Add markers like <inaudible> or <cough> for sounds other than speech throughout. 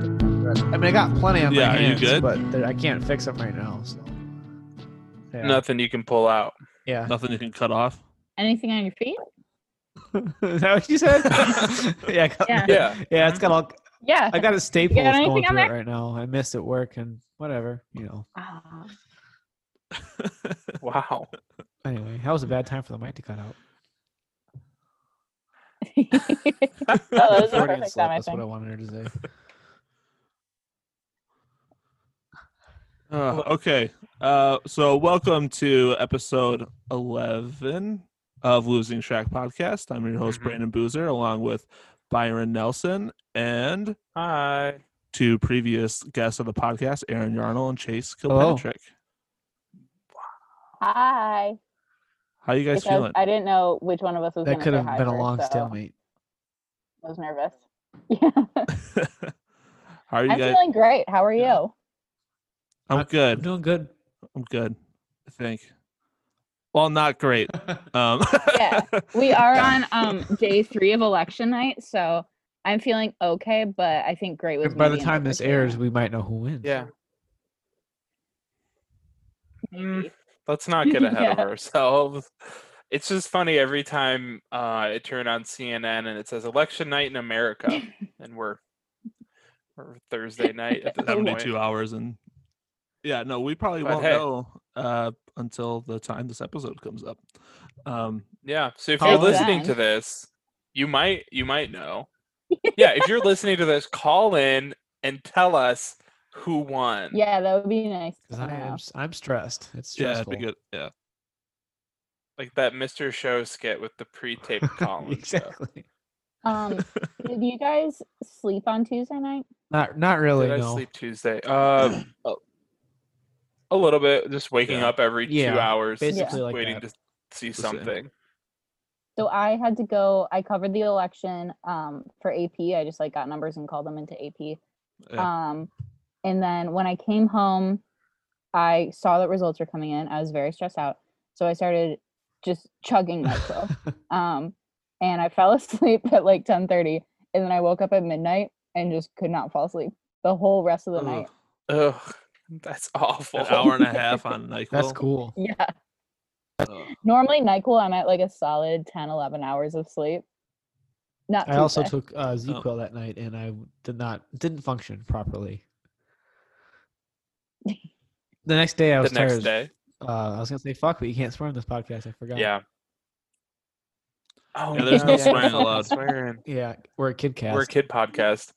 mean, I got plenty on Yeah, my you hands, good? but there- I can't fix them right now. So. Yeah. Nothing you can pull out. Yeah. <laughs> Nothing you can cut off. Anything on your feet? Is that what you <laughs> said? Oh, yeah. I got- Yeah. Yeah. Yeah. It's got all. Yeah. I got a staple You got that's going anything on through it there? right now. I missed at work and whatever. You know. Ah. Wow. Anyway, that was a bad time for the mic to cut out. <laughs> Oh, that was a Freudian perfect slip, time, I That's what I think. wanted her to say. Uh, okay. Uh, so welcome to episode 11 of Losing Track podcast. I'm your host Mhm. Brandon Boozer along with Byron Nelson and Hi. two previous guests of the podcast, Aaron Yarnell and Chase Hello. Kilpatrick. Hi. How you guys Because feeling? I didn't know which one of us was That going could to have been a long stalemate. I was nervous. <laughs> Yeah. How are you I'm guys? feeling great. How are you? Yeah. I'm I'm good. doing good. I'm good. I think. Well, not great. Um, <laughs> <laughs> Yeah. We are on um day three of election night, so I'm feeling okay, but I think great was. By the time this airs, we might know who wins. Yeah. Mm, let's <laughs> not get ahead of Yeah. ourselves. It's just funny every time uh, I turn on CNN and it says election night <laughs> in America, and we're we're Thursday night <laughs> at this point. 72 hours and yeah no we probably But won't hey. know uh until the time this episode comes up um Yeah. So if How you're long- listening to Then. this, you might you might know. yeah, if you're listening to this, call in and tell us who won. yeah, that would be nice. to 'Cause I am, know. s- I'm stressed. It's yeah it'd stressful. <laughs> be good yeah Like that Mr. Show skit with the pre-taped column. stuff. exactly. Um, <laughs> did you guys sleep on Tuesday night? Not not really. Did I no. <laughs> sleep Tuesday? <clears throat> Uh, a, a little bit. Just waking Oh. Yeah. up every Yeah, two hours, basically just like waiting that. to see The same. something. So I had to go. I covered the election um, for AP. I just like got numbers and called them into AP. Um, and then when I came home, I saw that results were coming in. I was very stressed out, so I started just <laughs> chugging nitro. um, and I fell <laughs> asleep at like ten thirty, and then I woke up at midnight and just could not fall asleep the whole rest of the Ugh, night. <laughs> Ugh, that's awful. an <laughs> hour and a half on NyQuil. That's cool. Yeah. Ugh. Normally NyQuil, I'm at like a solid 10, 11 hours of sleep. Not I also Tuesday. took uh, ZQL that night, and I w- did not didn't function properly. The next day, I was the next tired. day. Uh, I was gonna say fuck, but you can't swear on this podcast. I forgot. Yeah. Oh, Yeah, there's no swearing there's no allowed. Swearing. yeah. We're a kid cast. We're a <laughs> kid podcast.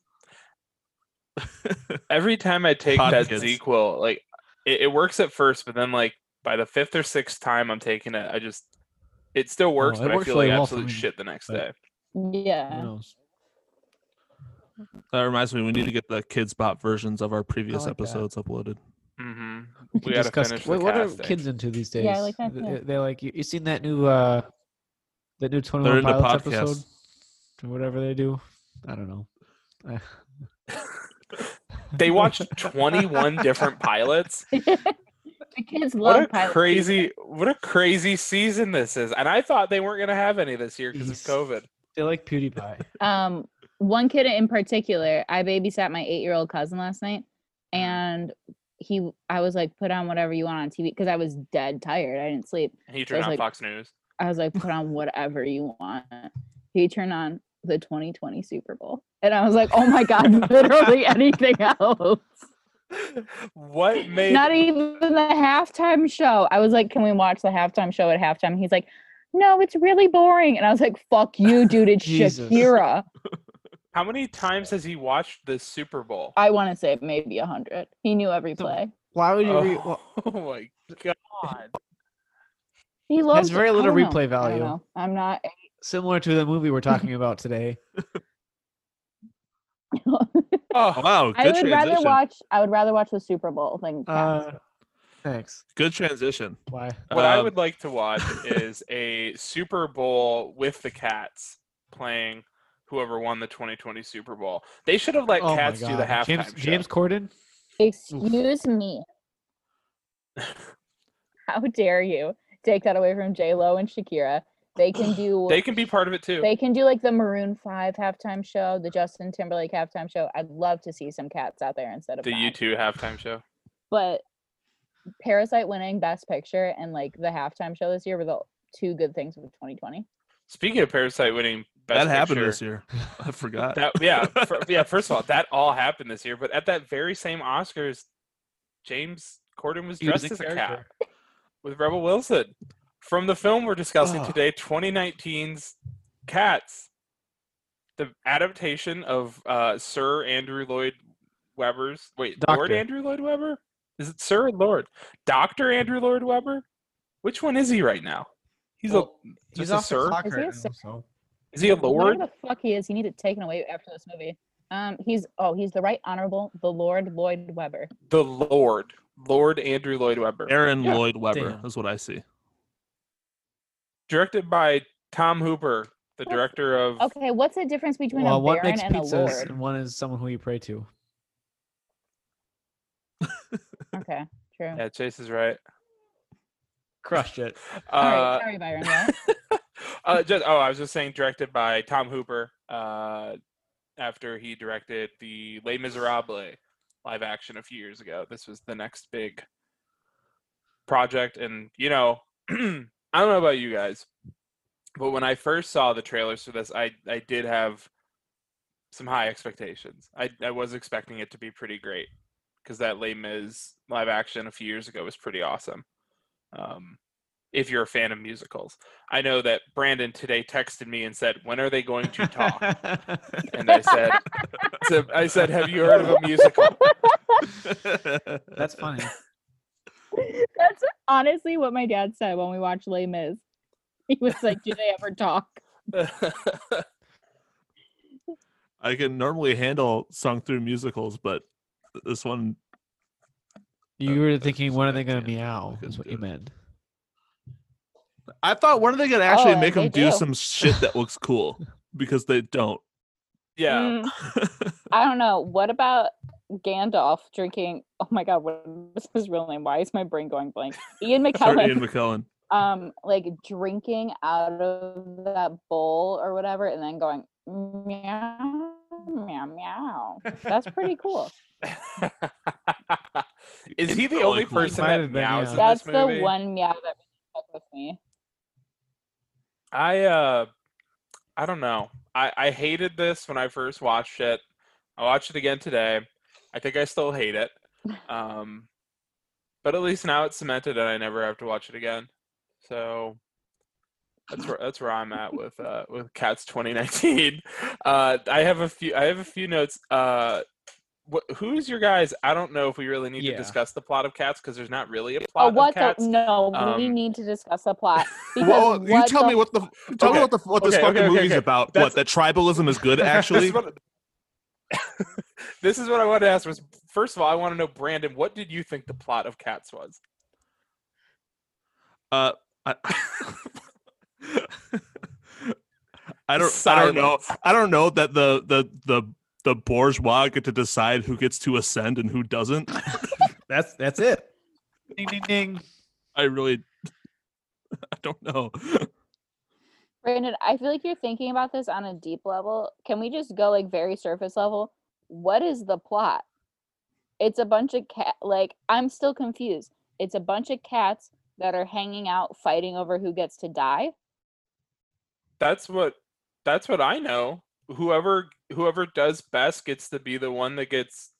Every time I take that Podcast. sequel, like it, it works at first, but then like by the fifth or sixth time I'm taking it, I just it still works, Oh, it but works I feel really like well for absolute me, shit the next but- day. Who Yeah. knows? that reminds me we need to get the kids bop versions of our previous like that. episodes uploaded hmm We, We can gotta discuss. finish the What, what are casting. kids into these days? Yeah, I like that They- too. They, like you, you. seen that new uh, that new Twenty One into Pilots podcasts. episode, or whatever they do. I don't know. I- They watched 21 different pilots. The kids What <laughs> a love Pilot Season. crazy, what a crazy season this is. And I thought they weren't gonna have any this year because of Yes. COVID. They like PewDiePie. Um, one kid in particular, I babysat my eight-year-old cousin last night, and he, I was like, put on whatever you want on TV because I was dead tired. I didn't sleep. And he turned was on like- Fox News. <laughs> I was like, put on whatever you want. He turned on the 2020 Super Bowl, and I was like, oh my <laughs> god, literally anything else. What made Not even the halftime show. I was like, can we watch the halftime show at halftime? He's like, no, it's really boring. And I was like, fuck you, dude. <laughs> It's Jesus. Shakira. e- How many times has he watched the Super Bowl? I want to say maybe a hundred. He knew every So- play. Why would you? oh, <laughs> Re- well, my god! He loves. very I little don't know. replay I don't value. know. I'm not. similar to the movie we're talking about <laughs> today. Oh, wow I good would rather transition watch. I would rather watch the Super Bowl than. Cats. Uh, thanks. good transition Why? what I Um, would like <laughs> to watch is a Super Bowl with the Cats playing whoever won the 2020 Super Bowl. They should have let oh my Cats do the God. halftime James, show. James Corden. <laughs> Excuse me. How dare you take that away from J Lo and Shakira? They can do <laughs> They can be part of it too. They can do like the Maroon Five halftime show, the Justin Timberlake halftime show. I'd love to see some cats out there instead of the not. U2 halftime show. But Parasite winning Best Picture and like the halftime show this year were the two good things of 2020. Speaking of Parasite winning best that happened Picture, this year. I forgot. That yeah, <laughs> fir- yeah. First of all, that all happened this year. But at that very same Oscars, James Corden was He was dressed a as a cat character. with Rebel Wilson from the film we're discussing Ah. today, 2019's Cats, the adaptation of uh, Sir Andrew Lloyd Webber's wait, Lord Doctor. Andrew Lloyd Webber? Is it Sir or Lord? Doctor Andrew Lloyd Webber? Which one is he right now? He's Well, a He's just a off the sir. clock Is he right a now, sir? so Is he a Whatever lord? the fuck he is, he needed taken away after this movie. Um, he's oh, he's the Right Honorable the Lord Lloyd Webber. The Lord. Lord Andrew Lloyd Webber. Aaron Yeah. Lloyd Webber Damn. is what I <laughs> see. <laughs> directed by Tom Hooper, the What's- director of Oh, Okay, what's the difference between well, a one baron makes and a pizzas lord? and one is someone who you pray to. Okay, true. Yeah, Chase is right. Crushed it. All Uh, right, sorry, Byron. yeah. <laughs> uh, just oh, I was just saying, directed by Tom Hooper. Uh, after he directed the Les Miserables live action a few years ago, this was the next big project, and you know, <clears throat> I don't know about you guys, but when I first saw the trailers for this, I I did have some high expectations. I I was expecting it to be pretty great because that Les Mis live action a few years ago was pretty awesome. Um, if you're a fan of musicals. I know that Brandon today texted me and said, "When are they going to talk?" and I said, so "I said, have you heard of a musical?" <laughs> <laughs> That's funny. That's honestly what my dad said when we watched Les Mis. He was like, "Do they ever talk?" I can normally handle sung through musicals, but th- this one You were that's thinking, when are they I going to can't- I meow? couldn't Is what do you it. meant. I thought when are they gonna actually Oh, and make them they do do. some shit that looks <laughs> cool? Because they don't. yeah, <laughs> Mm, <laughs> I don't know. What about Gandalf drinking? Oh my god, what is his real name? Why is my brain going blank? Ian Sorry, McKellen. Ian McKellen. um, like drinking out of that bowl or whatever, and then going meow, meow, meow. That's pretty <laughs> cool. is he the Really only cool. person Might that have been, meows yeah. in That's this the movie? one meow that really stuck with me. I uh I don't know. I I hated this when I first watched it. I watched it again today. I think I still <laughs> hate it. Um but at least now it's cemented and I never have to watch it again. So that's where that's where I'm at with uh with Cats 2019. <laughs> Uh I have a few I have a few notes uh wh- who's your guys? I don't know if we really need Yeah. to discuss the plot of Cats because there's not really a Oh, plot what of Cats. the? No, we um, need to discuss the <laughs> plot. Because Well, you tell the me what the tell Okay, me what the what this okay, fucking okay, okay, movie's okay. about. what That's- that tribalism is <laughs> good actually? This is what, this is what I wanted to ask was first of all, I want to know, Brandon, what did you think the plot of Cats was? Uh, I, <laughs> I don't. I don't know. Silence. I don't know that the the the the bourgeois get to decide who gets to ascend and who doesn't. that's that's it. Ding ding ding. I really. <laughs> I don't know. <laughs> Brandon, I feel like you're thinking about this on a deep level. Can we just go like very surface level? What is the plot? It's a bunch of cat like I'm still confused. It's a bunch of cats that are hanging out fighting over who gets to die. That's what that's what I know. Whoever whoever does best gets to be the one that gets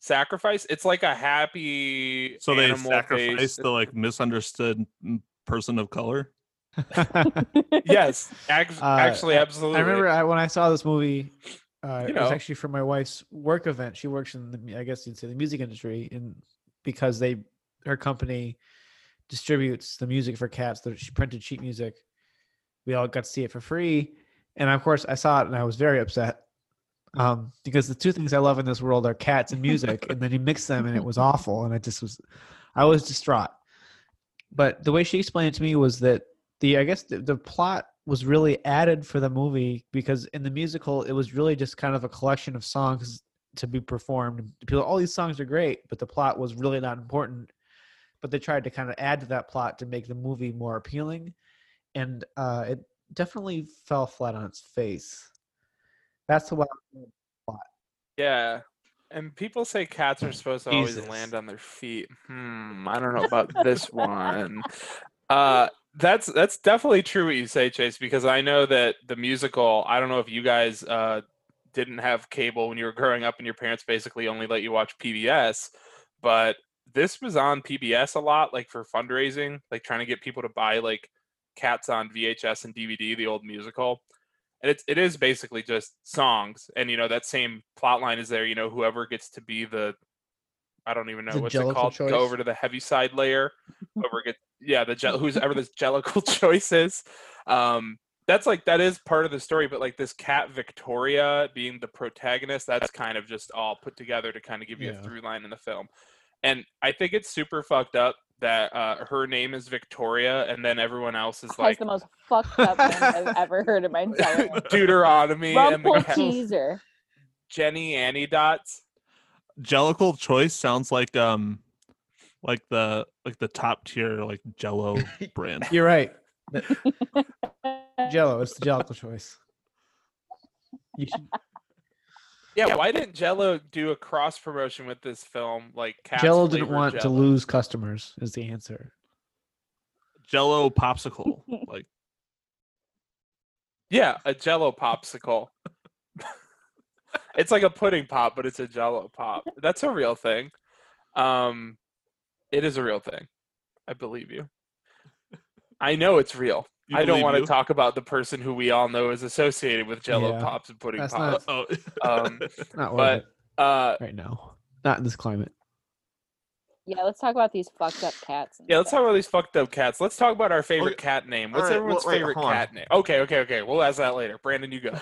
sacrificed. It's like a happy So they animal sacrifice based- the like misunderstood m- person of color. <laughs> Yes, ac- Uh, actually I- absolutely. I remember I, when I saw this movie. Uh, You It was know. actually for my wife's work event. She works in the, mu- I guess you'd say, the music industry, and because they, her company, distributes the music for cats. That she printed sheet music. We all got to see it for free, and of course, I saw it and I was very upset um, because the two things I love in this world are cats and music, and then you mix them, and it <laughs> was awful, and I just was, I was distraught. But the way she explained it to me was that the I guess the, the plot was really added for the movie because in the musical it was really just kind of a collection of songs to be performed. People, all these songs are great, but the plot was really not important. But they tried to kind of add to that plot to make the movie more appealing. and uh, it definitely fell flat on its face. That's the one. Yeah. And people say cats are supposed to Jesus. always land on their feet. Hmm, I don't know about this one. Uh that's that's definitely true what you say, Chase, because I know that the musical, I don't know if you guys uh didn't have cable when you were growing up and your parents basically only let you watch PBS, but this was on PBS a lot, like for fundraising, like trying to get people to buy like cats on VHS and DVD, the old musical and it's it is basically just songs and you know that same plot line is there you know whoever gets to be the i don't even know The what's it jellicle called choice? go over to the heavy <laughs> side layer whoever gets yeah the gel who's ever this jellicle <laughs> choice is um that's like that is part of the story but like this cat victoria being the protagonist that's kind of just all put together to kind of give you Yeah. a through line in the film and i think it's super fucked up that uh, her name is victoria and then everyone else is Has like the <laughs> most fucked up name I've ever heard in my entire life. <laughs> deuteronomy and the cat- Rumpelcheeser. <laughs> Jenny Annie dots. Jellicle choice sounds like um like the like the top tier like <laughs> jello brand. You're right. Jello. It's the Jellicle choice. <laughs> You should, Yeah, why didn't Jello do a cross promotion with this film? Like Cat's Jello didn't flavored want to Jell-O? lose customers. Is the answer. Jello popsicle. Like Yeah, a Jello popsicle. <laughs> it's like a pudding pop, but it's a Jello pop. That's a real thing. Um, it is a real thing. I believe you. I know it's real. you I don't believe want to you? talk about the person who we all know is associated with Jello Yeah, pops and pudding that's pops. Oh, Um, Not But- worth uh, it right now. Not in this climate. Yeah, let's talk about these fucked up cats. and Yeah, let's stuff. talk about these fucked up cats. Let's talk about our favorite Okay. cat name. What's Oh, All right, everyone's well, wait, favorite hold on. cat name? Okay, okay, okay. We'll ask that later. Brandon, <laughs> you go.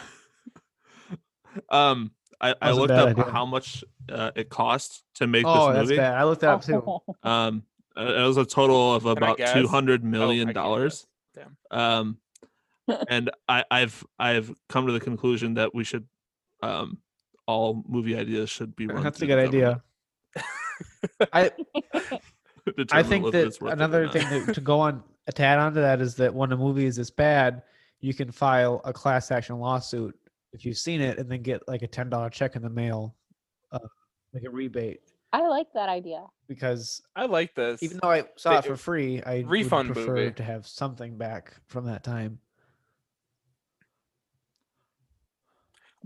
<laughs> um, I, I Wasn't looked bad up idea. how much uh, it cost to make Oh, this that's movie. bad. I looked that <laughs> up too. Um, uh, it was a total of I about guess? two hundred Oh, million I can't dollars. guess. Um, and I, I've I've come to the conclusion that we should, um, all movie ideas should be run. That's a through good the government <laughs> idea. I to I determine think whether that it's worth it or another not. thing to, to go on a tad onto that is that when a movie is this bad, you can file a class action lawsuit if you've seen it, and then get like a ten dollar check in the mail, uh, like a rebate. <laughs> I like that idea. Because I like this. even though I saw it They- for free, I refund would prefer movie. to have something back from that time.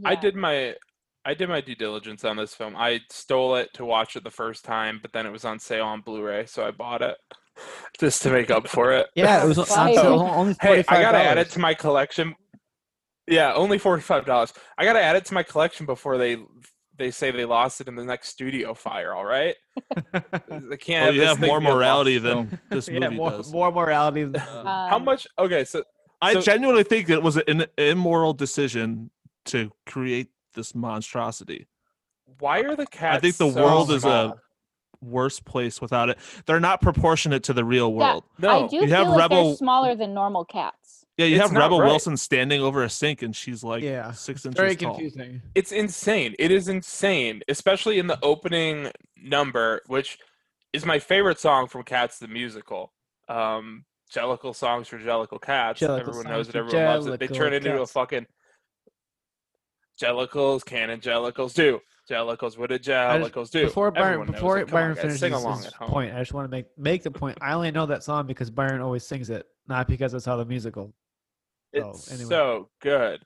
I Yeah. did my I did my due diligence on this film. I stole it to watch it the first time, but then it was on sale on Blu-ray, so I bought it <laughs> just to make up for it. Yeah, it <laughs> was on Why? sale only Hey, I gotta add it $45. to my collection. Yeah, only forty-five dollars. I gotta add it to my collection before they they say they lost it in the next studio fire. <laughs> All right, I <laughs> can't. Well, Oh, you this have thing more be a lost morality film. than this movie <laughs> yeah, more, does. more morality. <laughs> Than, Uh, How Um, much? Okay, so I so- genuinely think it was an immoral decision to create this monstrosity. why are the cats? I think the so world is small? a worse place without it. They're not proportionate to the real world. no. I do you feel have like Rebel- they're smaller than normal cats. Yeah, you It's have not Rebel right. Wilson standing over a sink and she's like Yeah, six inches very tall. confusing. It's insane. It is insane, especially in the opening number, which is my favorite song from Cats the musical. Um, Jellicle songs for Jellicle cats. Jellicle everyone songs knows it. for Everyone loves it. They Jellicle turn it into a cats. fucking Jellicles. Can Jellicles do? Jellicles. What did I just- Jellicles do? Before Byron, Everyone knows before it. Come on, Byron guys, finishes sing along his at home. point, I just want to make make the point. I only know that song because Byron always sings it, not because it's how the musical. So, It's anyway. so good.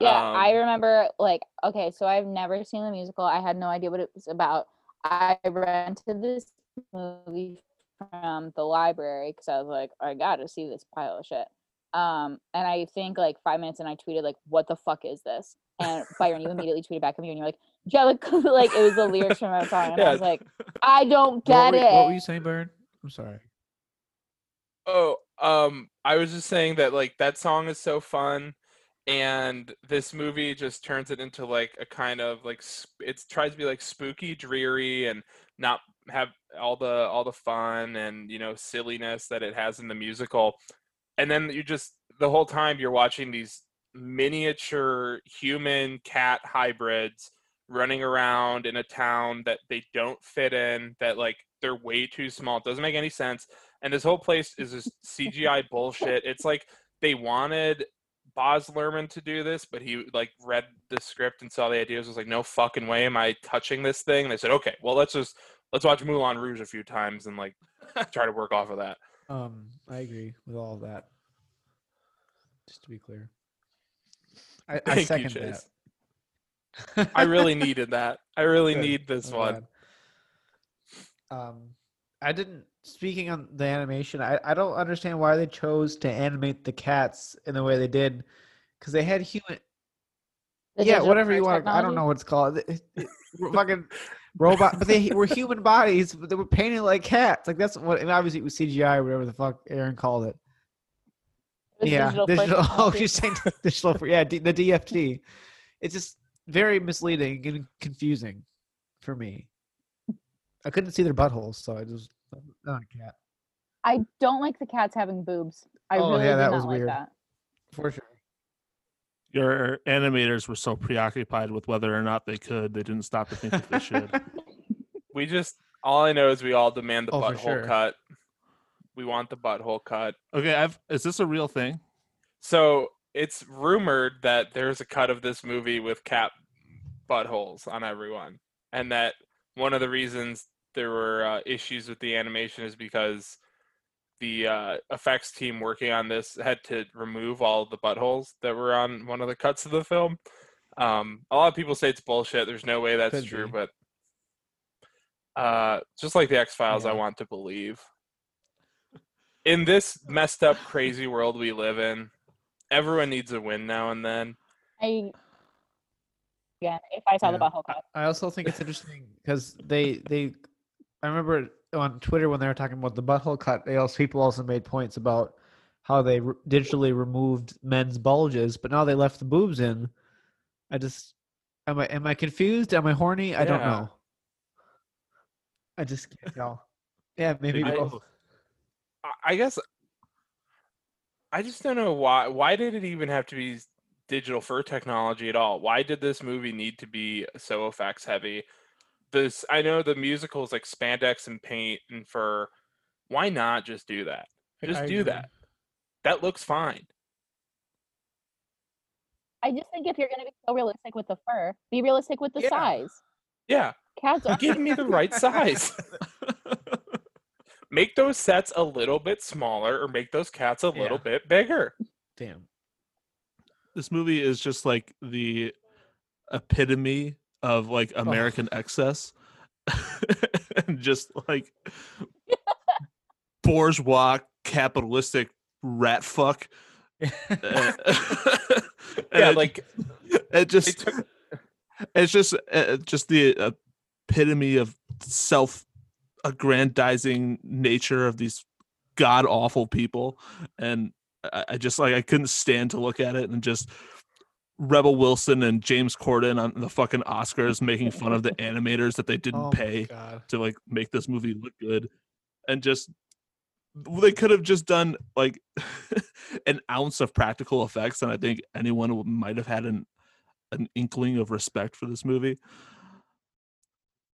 Yeah, I Um, remember like okay, so I've never seen the musical. I had no idea what it was about. I rented this movie from the library because I was like, I gotta see this pile of shit. Um, and I think like five minutes, and I tweeted like, "What the fuck is this?" And Byron, you immediately tweeted back at me, and you're like, "Jellicle," <laughs> like it was the lyrics from that song, and I Yeah. was like, "I don't What get were, it." you- what were you saying, Byron? I'm sorry. Oh, um, I was just saying that like that song is so fun, and this movie just turns it into like a kind of like sp- it tries to be like spooky, dreary, and not have all the all the fun and you know silliness that it has in the musical. And then you just the whole time you're watching these miniature human cat hybrids running around in a town that they don't fit in, that like they're <laughs> way too small. It doesn't make any sense and this whole place is just CGI bullshit. It's like they wanted Boz Lerman to do this, but he like read the script and saw the ideas. Was like, no fucking way am I touching this thing. And they said, okay, well let's just let's watch Moulin Rouge a few times and like <laughs> try to work off of that. Um, I agree with all of that. Just to be clear, I, I Thank you, second Chase. <laughs> that. I really needed that. I really Good. need this I'm one. glad. Um, I didn't. Speaking on the animation, I, I don't understand why they chose to animate the cats in the way they did, because they had human. yeah, The digital whatever print you want. I don't technology? know what it's called. It- it- it- fucking robot, but they were human bodies, but they were painted like cats. Like that's what. And obviously it was CGI, whatever the fuck Aaron called it. It's yeah, digital print digital. <laughs> Oh, technology. you're saying digital? for- Yeah, D, the DFT. It's just very misleading and confusing for me. I couldn't see their buttholes, so I just not a cat I don't like the cats having boobs. I Oh, really yeah, do that not was like weird. that. for sure. Your animators were so preoccupied with whether or not they could, they didn't stop to think if they <laughs> should. We just all I know is we all demand the Oh, for butthole sure. cut. We want the butthole cut. Okay, I've is this a real thing? So it's rumored that there's a cut of this movie with cap buttholes on everyone, and that one of the reasons there were uh, issues with the animation is because the uh, effects team working on this had to remove all of the buttholes that were on one of the cuts of the film. Um, a lot of people say it's bullshit. There's no way that's Could true, be. but uh, just like the X Files, I Yeah. want to believe. In this messed up, crazy world we live in, everyone needs a win now and then. I again, if I saw the Yeah. butthole cut, I also think it's interesting because they they I remember on Twitter when they were talking about the butthole cut, they also people also made points about how they re- digitally removed men's bulges, but now they left the boobs in. I just am I am I confused? Am I horny? I don't Yeah. know. I just can't tell. Yeah, maybe I- Oh, both. I- I guess I just don't know why. Why did it even have to be s- digital fur technology at all? Why did this movie need to be so effects heavy? This I know the musicals like spandex and paint and fur. Why not just do that? Just I do agree. that. That looks fine. I just think if you're going to be so realistic with the fur, be realistic with the Yeah. size. Yeah, <laughs> Cats are give me the right size. <laughs> Make those sets a little bit smaller, or make those cats a little Yeah. <laughs> bit bigger. Damn. This movie is just like the epitome of like American excess. <laughs> and just like bourgeois capitalistic rat <laughs> fuck. Uh, <laughs> Yeah, and it- like it <laughs> they just took it's just uh, just the epitome of self aggrandizing nature of these god awful people and I, I just like i couldn't stand to look at it and just rebel wilson and james corden on the fucking oscars making fun of the animators that they didn't Oh my pay God. to like make this movie look good and just they could have just done like <laughs> an ounce of practical effects and i think anyone w- might have had an an inkling of respect for this movie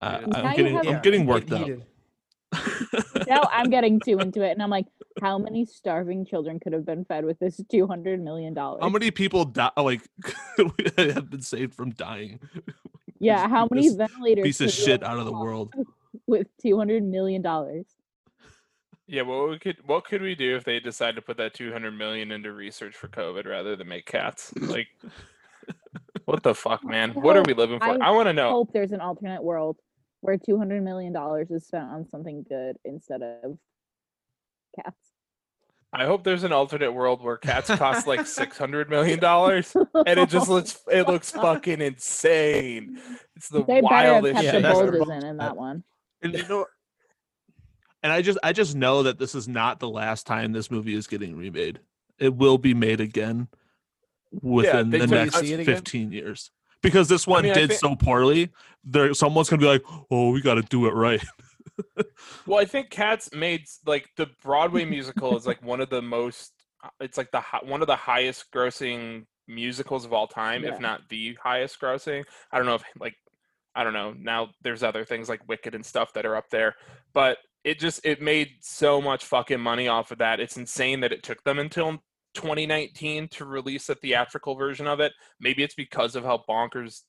uh, Now i'm you getting have- i'm Yeah, getting it worked up heated. now I'm getting too into it, and I'm like, how many starving children could have been fed with this two hundred million dollars? how many people die, like <laughs> have been saved from dying yeah, how many this ventilators? piece of could we shit have out of the bought world with two hundred million dollars? Yeah, what we could what could we do if they decide to put that two hundred million into research for COVID rather than <laughs> make cats? Like, what the fuck, man? What are hope- we living for? I, I want to know. Hope there's an alternate world where two hundred million dollars is spent on something good instead of cats. I hope there's an alternate world where cats cost like six hundred million dollars, and <laughs> it just looks it looks fucking insane. It's the they better have wildest kept shit. the Yeah, I've ever- bulges in in that one. and you know and i just i just know that this is not the last time this movie is getting remade it will be made again within they the took- next see it again? 15 years because this one mean, I did thi- so poorly there someone's gonna be like oh we gotta do it right Well, I think Cats made s- like the <laughs> Broadway musical is like one of the most. uh, It's like the hi- one of the highest grossing musicals of all time, Yeah. if not the highest grossing. I don't know if like I don't know. Now there's other things like Wicked and stuff that are up there, but it just it made so much fucking money off of that. It's insane that it took them until 2019 to release a theatrical version of it. Maybe it's because of how bonkers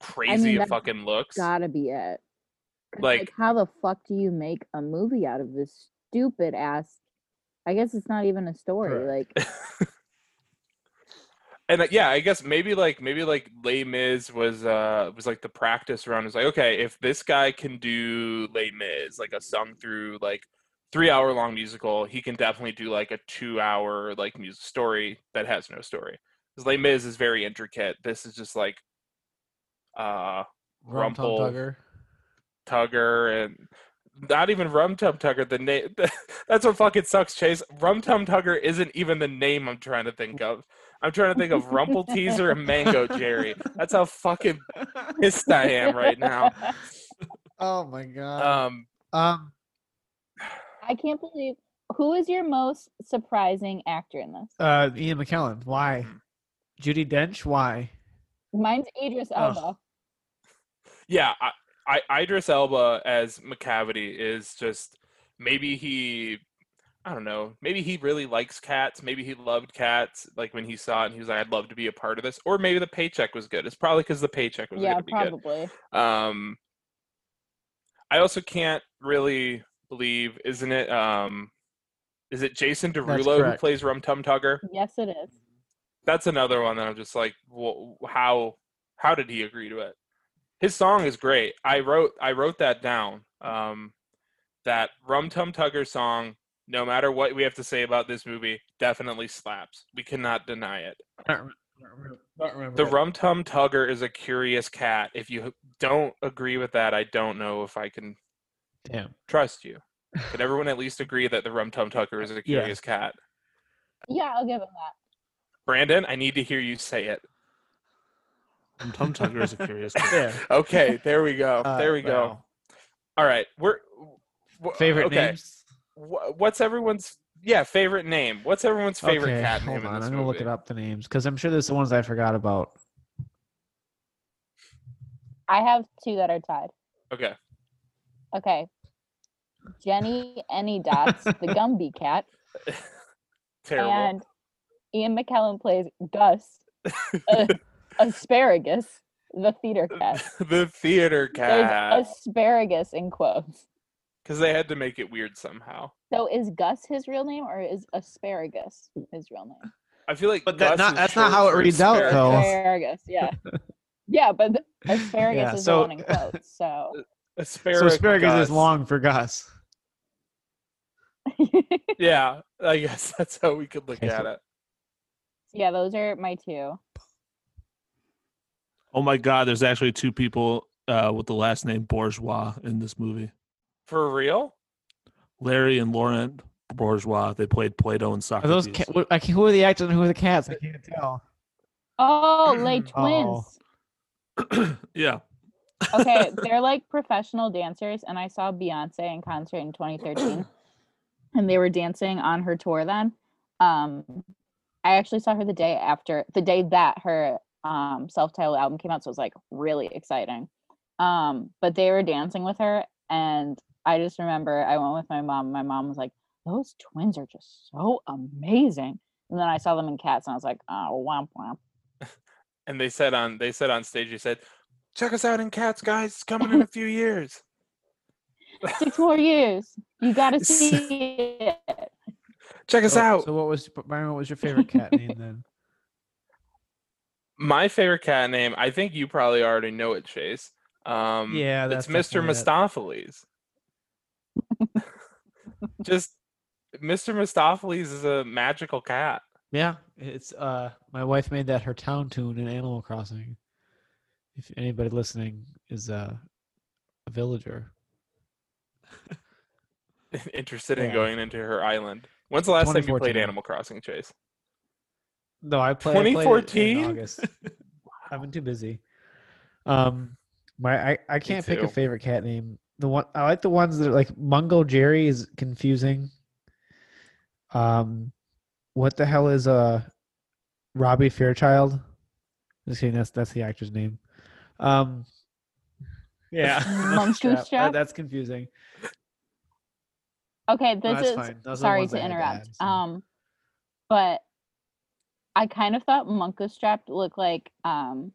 crazy it that's fucking looks. Gotta be it. 'Cause, Like- how the fuck do you make a movie out of this stupid ass? I guess it's not even a story. Correct. Like, and uh, yeah, I guess maybe like maybe like Les Mis was uh was like the practice round. It's like okay, if this guy can do Les Mis, like a sung through like three hour long musical, he can definitely do like a two hour like music story that has no story. Because Les Mis is very intricate. This is just like uh Rum Tum Rumple. <laughs> Tugger. Tugger and not even Rum Tum Tugger. The name <laughs> that's what fucking sucks, Chase. Rum Tum Tugger isn't even the name I'm trying to think of. I'm trying to think of Rumple Teaser and Mango Jerry. That's how fucking pissed I am right now. Oh my god. Um, Uh, um I can't believe who is your most surprising actor in this? uh Ian McKellen. Why? Judy Dench. Why? Mine's Idris Ugh. Elba. yeah, I, I, Idris Elba as McCavity is just maybe he. I don't know. Maybe he really likes cats. Maybe he loved cats. Like when he saw it, and he was like, "I'd love to be a part of this." Or maybe the paycheck was good. It's probably because the paycheck was yeah, going to be good. probably. Um, I also can't really believe, isn't it? Um, is it Jason Derulo who correct. plays Rum Tum Tugger? Yes, it is. That's another one that I'm just like, wh- how how did he agree to it? His song is great. I wrote I wrote that down. Um, that Rum Tum Tugger song. No matter what we have to say about this movie, definitely slaps. We cannot deny it. I don't rem- I don't rem- I don't remember. The it. Rum Tum Tugger is a curious cat. If you don't agree with that, I don't know if I can Damn. trust you. <laughs> Can everyone at least agree that the Rum Tum Tucker is a curious cat? Yeah, I'll give him that. Brandon, I need to hear you say it. Rum Tum Tugger is a <laughs> curious <laughs> Yeah. Okay, there we <laughs> go. Uh, oh, there we go. wow. All right, we're w- Favorite okay. names? Wh- What's everyone's? Yeah, favorite name. What's everyone's favorite Okay, cat hold name in on, this I'm movie? gonna look it up the names because I'm sure there's the ones I forgot about. I have two that are tied. Okay. Okay. Jenny Any Dots, the <laughs> Gumby cat, Terrible. and Ian McKellen plays Gus, <laughs> uh, asparagus, the theater cat. <laughs> the theater There's cat. asparagus in quotes. Because they had to make it weird somehow. So is Gus his real name or is asparagus his real name? I feel like But that- Gus not- is that's not short how it for reads out, asparagus. though. Asparagus, yeah. <laughs> Yeah, but the- asparagus Yeah, is so- the one in quotes. So <laughs> So Asparagus, asparagus is long for Gus. Yeah, I guess <laughs> that's how we could look Okay, so- at it. yeah, those are my two. Oh my god, there's actually two people uh, with the last name Bourgeois in this movie. For real? Larry and Laurent Bourgeois. They played Plato and Are Socrates. those ca- what, I can't, who are the actors and who are the cats? I can't tell. Oh, lay twins. Oh. <laughs> yeah. okay, they're like professional dancers, and I saw Beyonce in concert in 2013, and they were dancing on her tour then. Um, I actually saw her the day after, the day that her um, self-titled album came out, so it was like really exciting. Um, but they were dancing with her, and I just remember I went with my mom. My mom was like, "Those twins are just so amazing." And then I saw them in Cats, and I was like, "Oh, womp womp." and they said on they said on stage they said check us out in cats guys it's coming in a few years Six more years, you gotta see it. check us so, out Oh, So what was Byron? What was your favorite cat name <laughs> then? my favorite cat name i think you probably already know it chase um Yeah, that's it's mr definitely it. mistopheles <laughs> just mr mistopheles is a magical cat <laughs> Yeah, it's uh my wife made that her town tune in Animal Crossing. If anybody listening is uh, a villager, interested in Yeah. going into her island when's the last time you played 2014. animal crossing chase no, I play. I played it in 2014? <laughs> August. I've been too busy. Um, my I, I can't pick too. a favorite cat name. The one I like the ones that are like Mungo Jerry is confusing. Um, what the hell is uh Robbie Fairchild? Just kidding. That's that's the actor's name. Um, <laughs> yeah, Monkoostrap? Monkoostrap, that- that's confusing. Okay, No, this that's is fine. Those are the sorry ones I to had to add, interrupt. so. um, but I kind of thought Monko Strap looked like um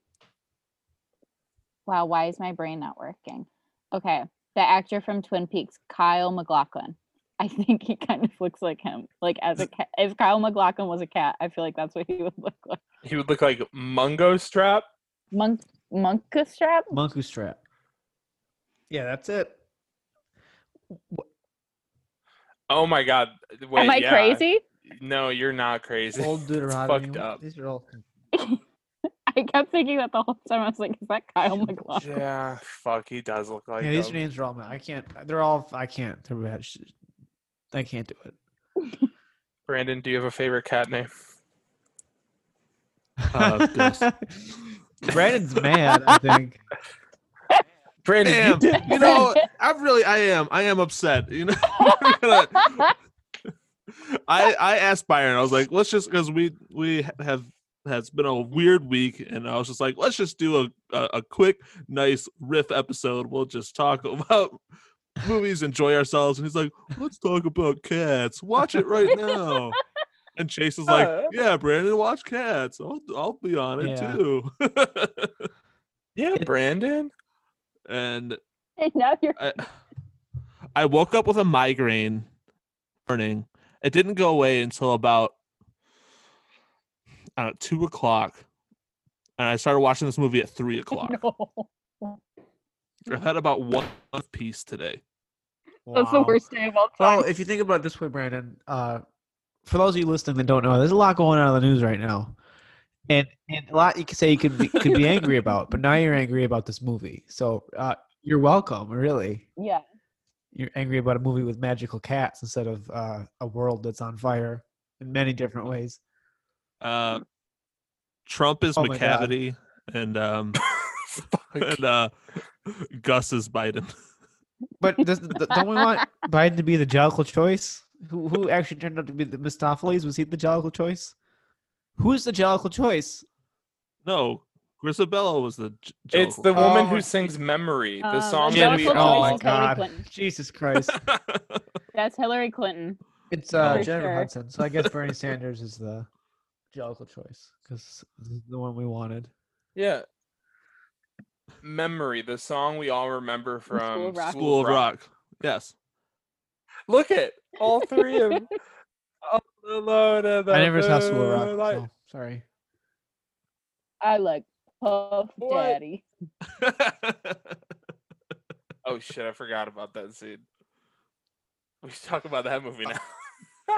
Wow, why is my brain not working? Okay. The actor from Twin Peaks, Kyle McLaughlin. I <laughs> think he kind of looks like him. Like as a cat, if Kyle McLaughlin was a cat, I feel like that's what he would look like. He would look like Mungo Strap. Monk Monka Strap? Monku strap. Yeah, that's it. Oh my God! Wait, Am I yeah. crazy? No, you're not crazy. <laughs> Old Deuteronomy. fucked up. These are all I kept thinking that the whole time. I was like, is that Kyle McLaughlin? yeah, fuck. He does look like. yeah, these him. names are all. I can't. They're all. I can't. They're bad. Sh- I can't do it. Brandon, do you have a favorite cat name? Uh, <laughs> Gus. <laughs> Brandon's mad. I think. Brandon, you Damn, you <laughs> know, I'm really, I am, I am upset. You know, <laughs> We're gonna- I I asked Byron, I was like, let's just because we we have has been a weird week, and I was just like, let's just do a a, a quick, nice riff episode. We'll just talk <laughs> about movies, enjoy ourselves, and he's like, let's talk about cats. Watch it right now. And Chase is like, Uh. yeah, Brandon, watch cats. I'll I'll be on it Yeah. too. <laughs> yeah, Brandon. <laughs> and And now you're I, <sighs> I woke up with a migraine morning. It didn't go away until about uh, two o'clock, and I started watching this movie at three o'clock. <laughs> no. I've had about one piece today. <laughs> That's the Wow. worst day of all time. Well, if you think about it this way, Brandon, uh, for those of you listening that don't know, there's a lot going on in the news right now, and and a lot you could say you could be, could be angry about, but now you're angry about this movie. So uh, you're welcome. Really, yeah. you're angry about a movie with magical cats instead of uh, a world that's on fire in many different ways. Uh, Trump is Oh my God. McCavity, <laughs> and um, and uh, Gus is Biden. <laughs> But does, th- don't we want Biden to be the jovial choice? Who who actually turned out to be the Mistopheles? Was he the jovial choice? Who is the jovial choice? No, Grisabella was the. j- It's joke. the woman Oh. who sings "Memory," the Um, song that Jennifer we Jennifer all. Oh Lawrence. Lawrence, God. Hillary Clinton. Jesus <laughs> Christ! <laughs> That's Hillary Clinton. It's uh, For Jennifer sure. Hudson. So I guess Bernie Sanders is the jovial choice because the one we wanted. Yeah. Memory, the song we all remember School from of Rock. School of Rock. Yes. Look at all <laughs> three of. All alone in the I never saw School of Rock. moonlight. so sorry. I like Puff What? Daddy. <laughs> Oh shit! I forgot about that scene. We should talk about that movie now.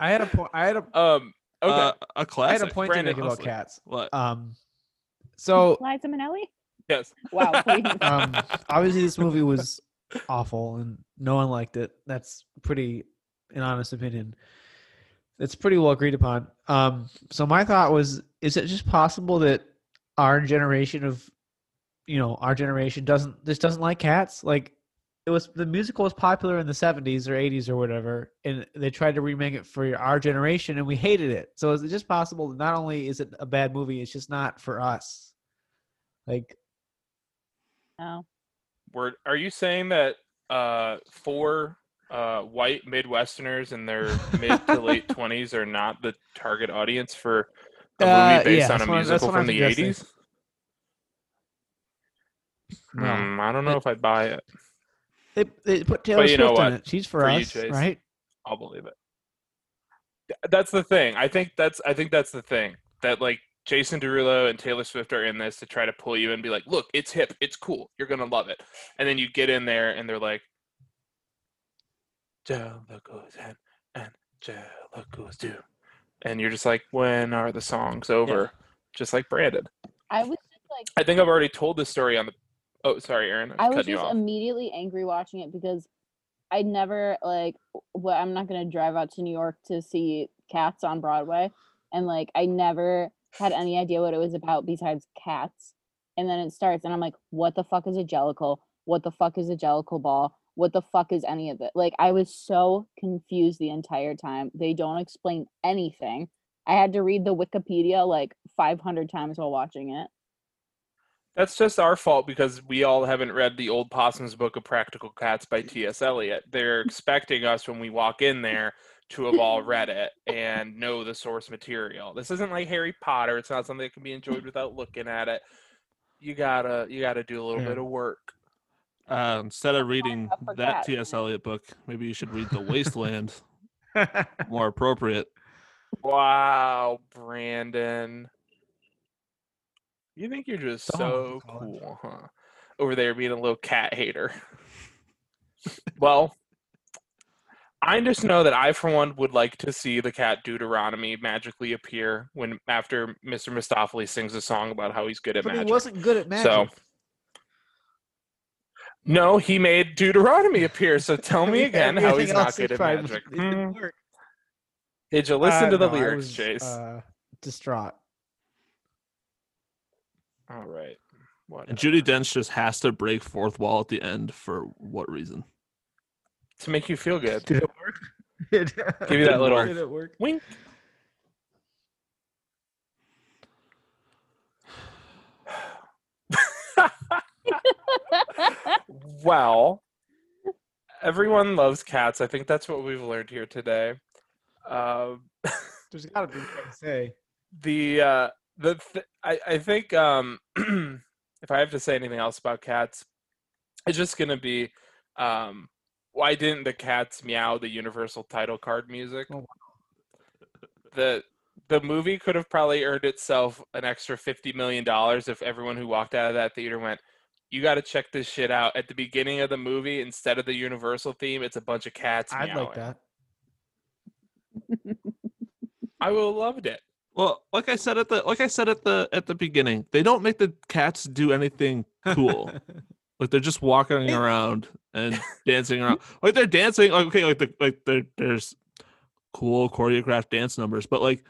I had a point. I had a Um. Okay. Uh, a I classic. had a point Brandon to make about Huxley. cats. What? Um, so Liza Minnelli? yes. Wow, please. <laughs> um, obviously this movie was awful and no one liked it. That's pretty an honest opinion. It's pretty well agreed upon. Um, so my thought was, is it just possible that our generation of, you know, our generation doesn't just doesn't like cats? Like it was the musical was popular in the seventies or eighties or whatever, and they tried to remake it for our generation, and we hated it. So is it just possible that not only is it a bad movie, it's just not for us? Like No. Word. Are you saying that uh four uh white Midwesterners in <laughs> their mid to late twenties are not the target audience for a movie Uh, yeah, based on that's a what I- that's musical what I'm from the suggesting. eighties? No. Hmm, I don't know It- if I'd buy it. They, they put Taylor you know Swift in what? it. She's for, For you, us, <laughs> Chase. right? I'll believe it. Th- That's the thing. I think that's I think that's the thing that like Jason Derulo and Taylor Swift are in this to try to pull you in and be like, look, it's hip, it's cool, you're gonna love it, and then you get in there and they're like, Joe look who's in and Joe look who's do, and you're just like, when are the songs over? Just like Brandon. I was just like I think I've already told this story on the. Oh, sorry, Aaron. I I was was cutting you just off. immediately angry watching it because I never like what I'm not gonna drive out to New York to see cats on Broadway. And like I never had any idea what it was about besides cats. And then it starts and I'm like, what the fuck is a jellicle? What the fuck is a jellicle ball? What the fuck is any of it? Like I was so confused the entire time. They don't explain anything. I had to read the Wikipedia like 500 times while watching it. That's just our fault because we all haven't read the old Possum's Book of Practical Cats by T.S. Eliot. They're expecting us when we walk in there to have all read it and know the source material. This isn't like Harry Potter. It's not something that can be enjoyed without looking at it. You gotta you gotta do a little Yeah. bit of work. Uh, instead of reading I that forgot. T.S. Eliot book, maybe you should read The Wasteland. More appropriate. Wow, Brandon. You think you're just Someone went so to college. cool, huh? Over there being a little cat hater. well, I just know that I, for one, would like to see the cat Deuteronomy magically appear when after Mr. Mistopheles sings a song about how he's good at but magic. he wasn't good at magic. So- No, he made Deuteronomy appear. So tell me Yeah, again how he's everything not else he good at tried magic. was- it didn't Hmm. work. Did you listen Uh, to the no, I lyrics, was, Chase? uh, <laughs> distraught. All right. And Whatever. Judy Dench just has to break fourth wall at the end for what reason? to make you feel good. Did it work? Give you that little- Did it work? Wink. <laughs> well, everyone loves cats. I think that's what we've learned here today. Um, There's got to be something to say. the uh, the th- I, I think um, <clears throat> if I have to say anything else about cats, it's just gonna be um, why didn't the cats meow the Universal title card music? Oh, wow. The the movie could have probably earned itself an extra fifty million dollars if everyone who walked out of that theater went, "You got to check this shit out." At the beginning of the movie, instead of the Universal theme, it's a bunch of cats. I'd meowing. like that. I would have loved it. Well, like I said at the like I said at the at the beginning, they don't make the cats do anything <laughs> cool. <laughs> like they're just walking around <laughs> and dancing around. Like they're dancing. Like okay, like the like there there's cool choreographed dance numbers, but like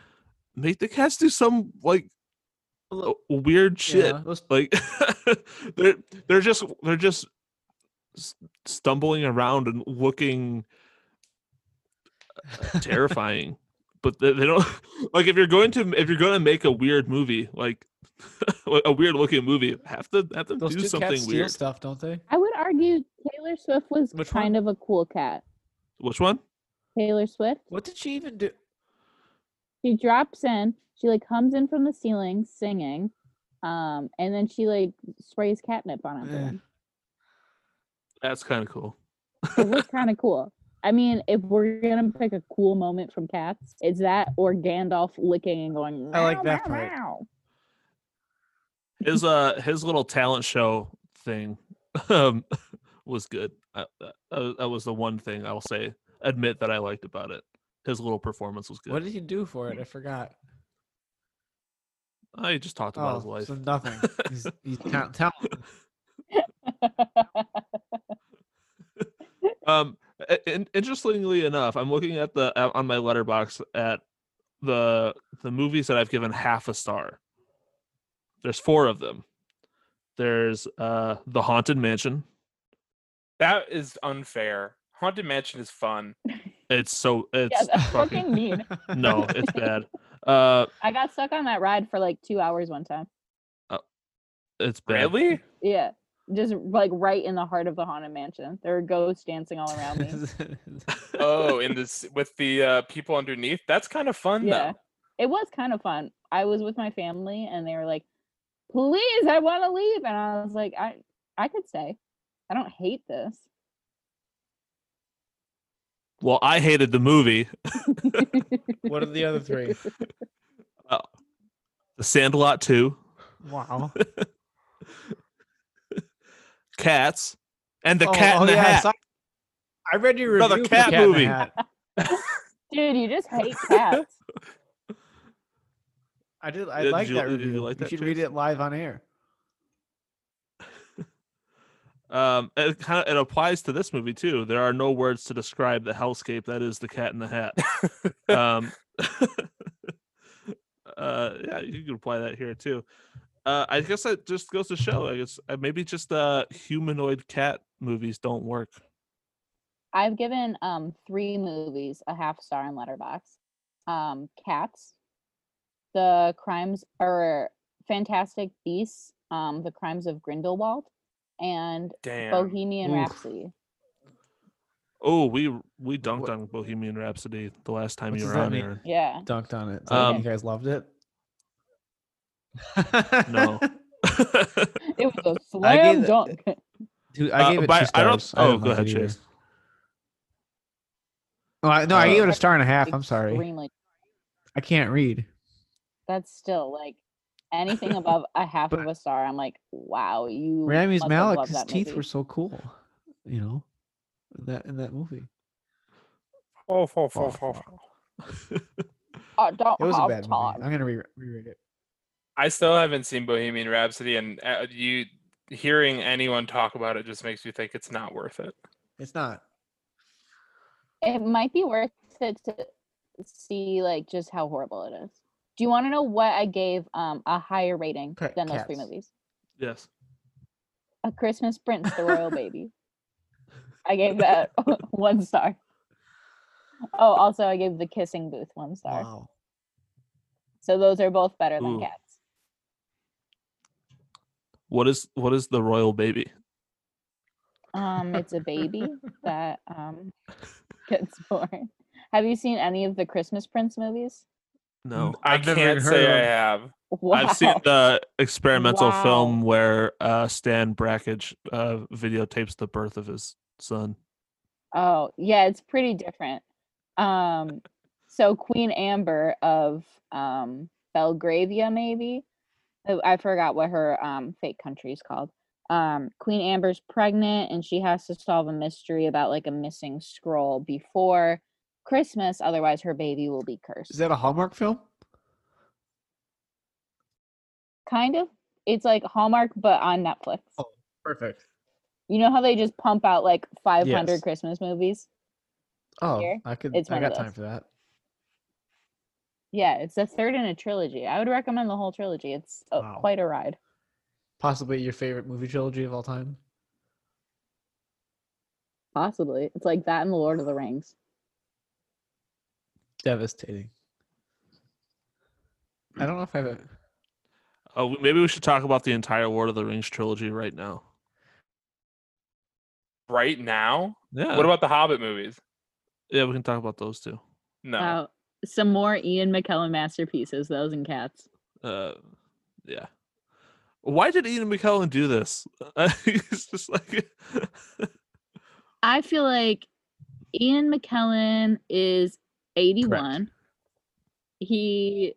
make the cats do some like w- weird shit. Yeah, those- Like <laughs> they're they're just they're just s- stumbling around and looking uh, <laughs> terrifying. but they, they don't <laughs> like if you're going to if you're going to make a weird movie like <laughs> a weird looking movie have to have them those do two cats something steal weird. stuff, don't they? I would argue Taylor Swift was Which kind of a cool cat. Which one? Taylor Swift. What did she even do? She drops in. She like comes in from the ceiling singing, um, and then she like sprays catnip on Eh. everyone. That's kind of cool. <laughs> it was kind of cool. I mean, if we're gonna pick a cool moment from Cats, it's that or Gandalf licking and going. I like "Meow, that meow, part. meow." <laughs> his uh his little talent show thing <laughs> um was good I, I, that was the one thing i'll say admit that i liked about it his little performance was good What did he do for it? I forgot. i just talked about his Oh, life so nothing. <laughs> He's, he's ta- talented. um a- and interestingly enough i'm looking at the uh, on my letterbox at the the movies that i've given half a star there's four of them there's uh the haunted mansion That is unfair. Haunted Mansion is fun. it's so it's yeah, that's fucking <laughs> fucking mean. no it's bad uh <laughs> I got stuck on that ride for like two hours one time. it's bad Really? Yeah, just like right in the heart of the haunted mansion. There were ghosts dancing all around <laughs> me. Oh, in this with the uh, people underneath. That's kind of fun yeah, though. it was kind of fun. I was with my family, and they were like, "Please, I want to leave," and I was like, "I, I could stay. I don't hate this." Well, I hated the movie, <laughs> what are the other three? The Sandlot 2, Wow. Cats, and The Oh, Cat oh, in the yeah, I Hat. saw- I read your No, review. the for cat in the movie. Hat. <laughs> Dude, you just hate cats. I did. I Yeah, did like you- that did you review. You, like that, should read Chase? it live on air. Um, it kind of it applies to this movie too. There are no words to describe the hellscape that is The Cat in the Hat. um, <laughs> uh, yeah, you can apply that here too. Uh, I guess that just goes to show. I guess uh, maybe just uh, humanoid cat movies don't work. I've given um three movies a half star in Letterbox. Um, Cats, The Crimes or Fantastic Beasts, um, The Crimes of Grindelwald, and Damn. Bohemian Oof. Rhapsody. Oh, we we dunked What- on Bohemian Rhapsody the last time What you does were that on mean? here. <laughs> Yeah. Dunked on it. So Um, you guys loved it. No. It <laughs> was a slam the- dunk. <laughs> Dude, I Uh, gave it but two I don't- stars. I don't oh, know go if ahead, you did. Chase. Oh, I, no, I gave Uh, it a star and a half. I'm sorry. Extremely. I can't read. That's still like <laughs> anything above a half of a star. I'm like, wow, you. Rami's must have Malik, loved his that teeth movie. were so cool, you know, in that in that movie. Oh, oh, oh, Oh, oh, fuck. oh. I Uh, don't It was a have bad time. movie. I'm gonna re- reread it. I still haven't seen Bohemian Rhapsody, and uh, you hearing anyone talk about it just makes you think it's not worth it. It's not. It might be worth it to see like just how horrible it is. Do you want to know what I gave um a higher rating Cat- than those three cats. movies? <laughs> yes. A Christmas Prince, The <laughs> Royal Baby. I gave that <laughs> one star. Oh, also I gave The Kissing Booth one star. Wow. So those are both better than Ooh. Cats. What is what is the royal baby? Um, it's a baby that um <laughs> gets born. Have you seen any of the Christmas Prince movies? <laughs> No. I I've never can't even say heard I of- have. Wow. I've seen the experimental Wow. film where uh, Stan Brackage uh, videotapes the birth of his son. Oh, yeah, it's pretty different. Um, so Queen Amber of um Belgravia, maybe. Oh, I forgot what her um fake country is called. Um, Queen Amber's pregnant and she has to solve a mystery about like a missing scroll before Christmas, otherwise her baby will be cursed. Is that a Hallmark film? kind of. It's like Hallmark but on Netflix. Oh. Perfect. You know how they just pump out like 500 Yes. Christmas movies? Oh, Here, I could. it's I one of got time those. for that. Yeah, it's the third in a trilogy. I would recommend the whole trilogy. It's uh, Wow. quite a ride. Possibly your favorite movie trilogy of all time. Possibly. It's like that and the Lord of the Rings. Devastating. I don't know if I have it. Oh, we- maybe we should talk about the entire Lord of the Rings trilogy right now. Right now, Yeah. what about the Hobbit movies? yeah, we can talk about those two. No, Uh, some more Ian McKellen masterpieces, those and cats. Uh, yeah. Why did Ian McKellen do this? <laughs> it's just like <laughs> I feel like Ian McKellen is 81. He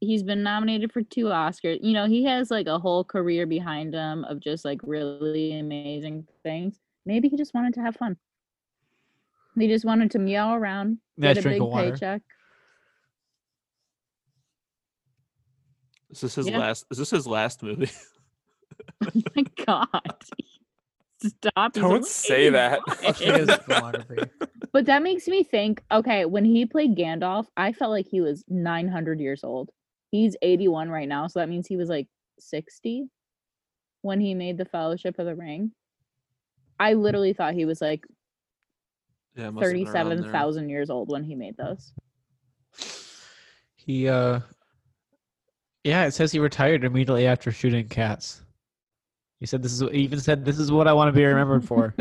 he's been nominated for two Oscars. You know, he has like a whole career behind him of just like really amazing things. Maybe he just wanted to have fun. He just wanted to meow around, Nice get a drink big of water. paycheck. <laughs> is this his Yeah. last? Is this his last movie? <laughs> Oh my god. <laughs> Stop. he's Don't only say that. 81. Let's look at his filmography. But that makes me think, okay, when he played Gandalf, I felt like he was 900 years old. He's 81 right now, so that means he was like 60 when he made the Fellowship of the Ring. I literally thought he was like Yeah, it must have been around there. 37,000 years old when he made those. <laughs> He uh Yeah, it says he retired immediately after shooting cats. He said this is he even said this is what I want to be remembered <laughs> for.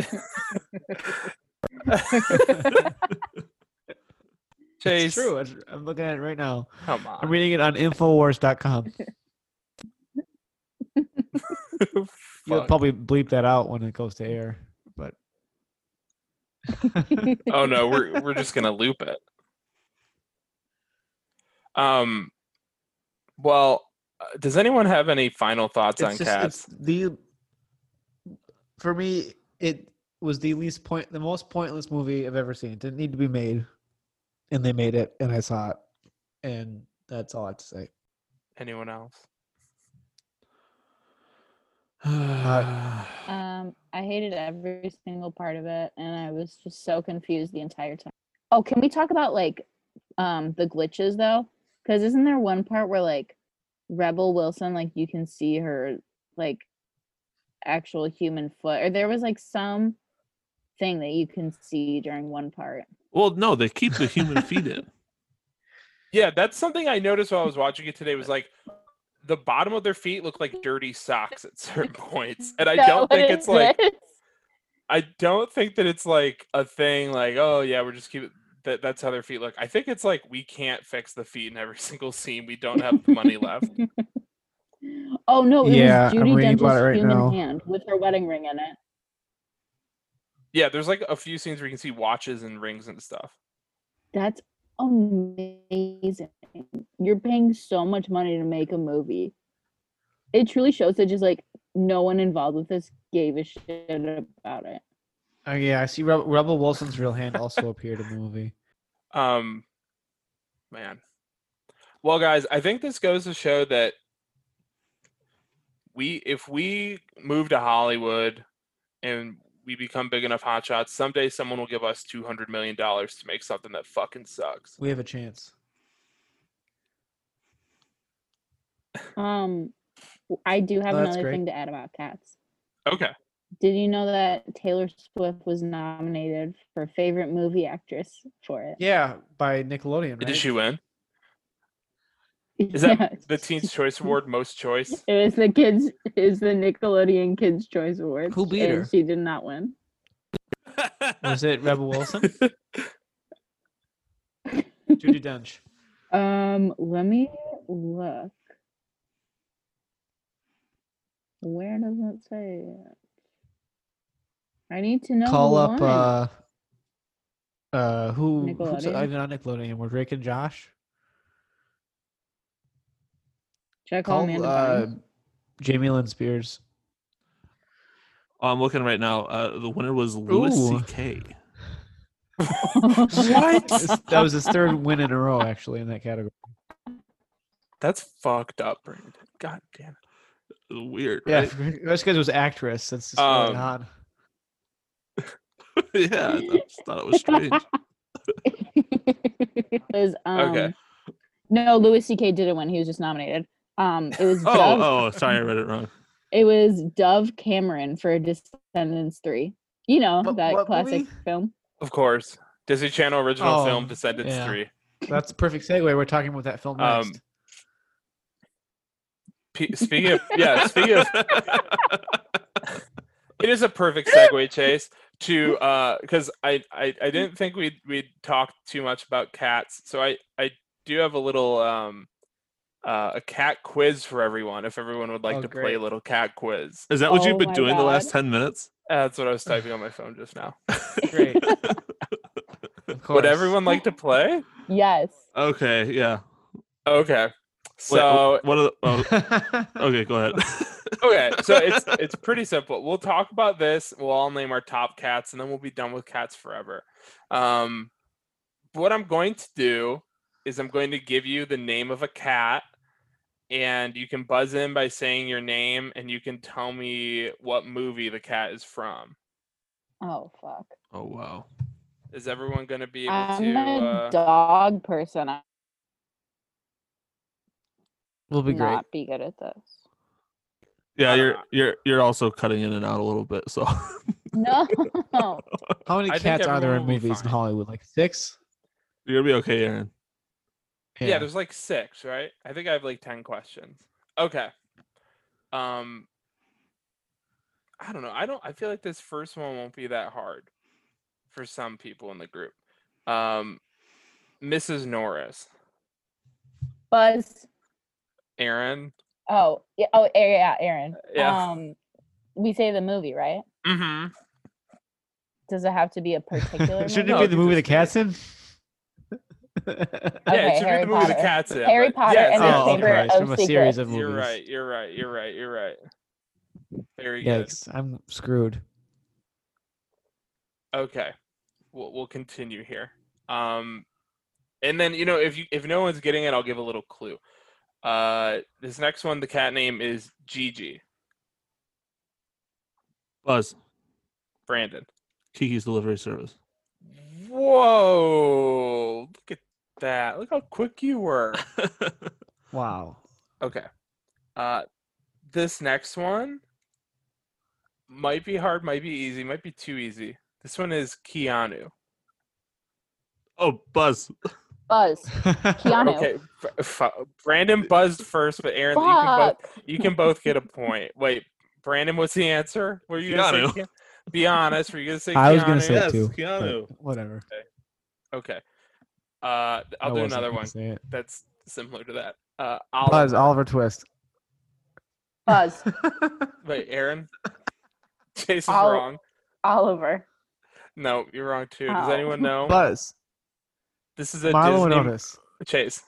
Chase. It's true. It's- I'm looking at it right now. Come I'm <laughs> on. reading it on <laughs> infowars.com. You'll Fuck. probably bleep that out when it goes to air, <laughs> but oh no, we're we're just gonna loop it. Um. Well, uh, does anyone have any final thoughts on cats? the for me it was the least point the most pointless movie I've ever seen. It didn't need to be made. And they made it and I saw it. And that's all I have to say. Anyone else? Um, I hated every single part of it, and I was just so confused the entire time. Oh, can we talk about like um the glitches though? Because isn't there one part where like Rebel Wilson, like you can see her like actual human foot, or there was like some thing that you can see during one part. well, no, they keep the human feet <laughs> in. <sighs> Yeah, that's something I noticed while I was watching it today. Was like the bottom of their feet look like dirty socks at certain points, and I Is that don't what <laughs> think it it's like is? I don't think that it's like a thing like, oh yeah, we're just keep that that's how their feet look. I think it's like we can't fix the feet in every <laughs> single scene. We don't have the money left. <laughs> Oh no, it Yeah, I'm was Judy reading Dench's about it right human now. hand with her wedding ring in it. Yeah, there's like a few scenes where you can see watches and rings and stuff. That's amazing. You're paying so much money to make a movie. It truly shows that just like no one involved with this gave a shit about it. Oh yeah, I see. Rub- Rebel Wilson's real hand also appeared in the movie. Um, man. Well, guys, I think this goes to show that we, if we move to Hollywood and we become big enough hotshots, someday someone will give us two hundred million dollars to make something that fucking sucks. We have a chance. Um, w- I do have Oh, that's another great. thing to add about cats. Okay. Did you know that Taylor Swift was nominated for favorite movie actress for it? Yeah, by Nickelodeon. Right? Did she win Is <laughs> that Yes. the Teen's Choice Award <laughs> most choice? It was the kids. Is the Nickelodeon Kids Choice Awards. Who beat and her? She did not win. Was it Rebel <laughs> Wilson? Judy Dench. Um, let me look. Where does it say it? I need to know. who Call up won. uh uh who who's Nickelodeon? I'm not Nickelodeon, were Drake and Josh? Should I call, Amanda? uh Bynes? Jamie Lynn Spears. Oh, I'm looking right now. Uh, the winner was Louis Ooh. C.K. what? <laughs> <laughs> that was his third win in a row actually in that category. <laughs> That's fucked up, Brandon. God damn it. Weird, Yeah, right? that's because it was actress. That's just really Um, odd. yeah, I thought- just thought it was <laughs> strange. It was, um, Okay. No, Louis C.K. didn't win. He was just nominated. Um, it <laughs> was Dove, Oh, oh, sorry, I read it wrong. <laughs> it was Dove Cameron for Descendants Three. You know What- that what classic movie? film. Of course. Disney Channel original film Oh, Descendants yeah. 3. That's a perfect segue. We're talking about that film Um, next. <laughs> <laughs> P- speaking of yeah, speaking of it is <laughs> a perfect segue, Chase, to uh because I, I I didn't think we'd we'd talk too much about cats. So I I do have a little um uh, a cat quiz for everyone if everyone would like Oh, to play a great. little cat quiz. Is that what Oh you've been my doing the last God. ten minutes? Uh, that's what I <sighs> was typing on my phone just now. Great. Of course. Would everyone <laughs> like to play? Yes. Okay, yeah. Okay. Wait, So what are the, <laughs> oh, okay. okay, go ahead. <laughs> okay, so it's it's pretty simple. We'll talk about this. We'll all name our top cats, and then we'll be done with cats forever. Um, what I'm going to do is I'm going to give you the name of a cat, and you can buzz in by saying your name, and you can tell me what movie the cat is from. Oh fuck. oh wow. Is everyone going to be able I'm to? a Uh, dog person. I We'll be would great. not be good at <laughs> this. Yeah, Uh, you're you're you're also cutting in and out a little bit. So <laughs> No. How many I think cats are there in everyone will be movies in fine. Hollywood? Like six? you're gonna be okay, Aaron. yeah. there's like six, right? I think I have like ten questions. Okay. Um. I don't know. I don't. I feel like this first one won't be that hard for some people in the group. Um, Mrs. Norris, <laughs> Buzz. Aaron. Oh. Yeah, oh. A- Yeah. Aaron. Yeah. Um, we say the movie, right? Mm-hmm. Does it have to be <laughs> a particular? Shouldn't movie? it be No, the you movie the just did it. cat's in? <laughs> Yeah, Okay, it should Harry be the movie the Potter. cat's in. Harry but- Potter yes, and their yes, oh, you're favorite okay. right, It's from a of series of movies. You're right. You're right. You're right. You're right. Very good. Yikes! I'm screwed. Okay. We'll we'll continue here. Um and then you know if you if no one's getting it, I'll give a little clue. Uh this next one, the cat name is Gigi. Buzz, Brandon. Kiki's delivery service. Whoa. Look at that. Look how quick you were. <laughs> Wow. Okay. Uh this next one might be hard, might be easy, might be too easy. This one is Keanu. oh, Buzz. Buzz. Keanu. Okay, f- f- Brandon buzzed first, but Aaron, you can both Fuck. You can both get a point. Wait, Brandon, what's the answer? Were you gonna say Keanu? Giannis. Were you gonna say? I was gonna Giannis? say Yes, two. Oh. Keanu. but Whatever. Okay. Uh, I'll I do wasn't another gonna one say it. that's similar to that. Uh, Buzz Oliver. Oliver Twist. Buzz. Wait, Aaron. <laughs> Jason's Ol- wrong. <gasps> Oliver. No, you're wrong too. Does Ow. anyone know? Buzz. this is a Milo and Disney Otis. Chase.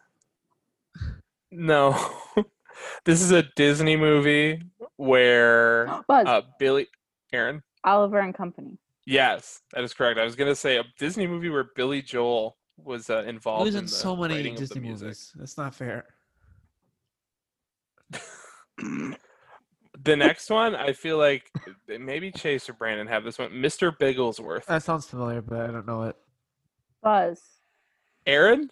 No. <laughs> this is a Disney movie where <gasps> Buzz. uh, Billy Aaron. Oliver and Company. Yes, that is correct. I was gonna say a Disney movie where Billy Joel was uh, involved. in the writing of the music. That's not fair. <clears throat> The next one, I feel like eh, maybe Chase or Brandon have this one. Mr. Bigglesworth. That sounds familiar, but I don't know it. Buzz. Aaron?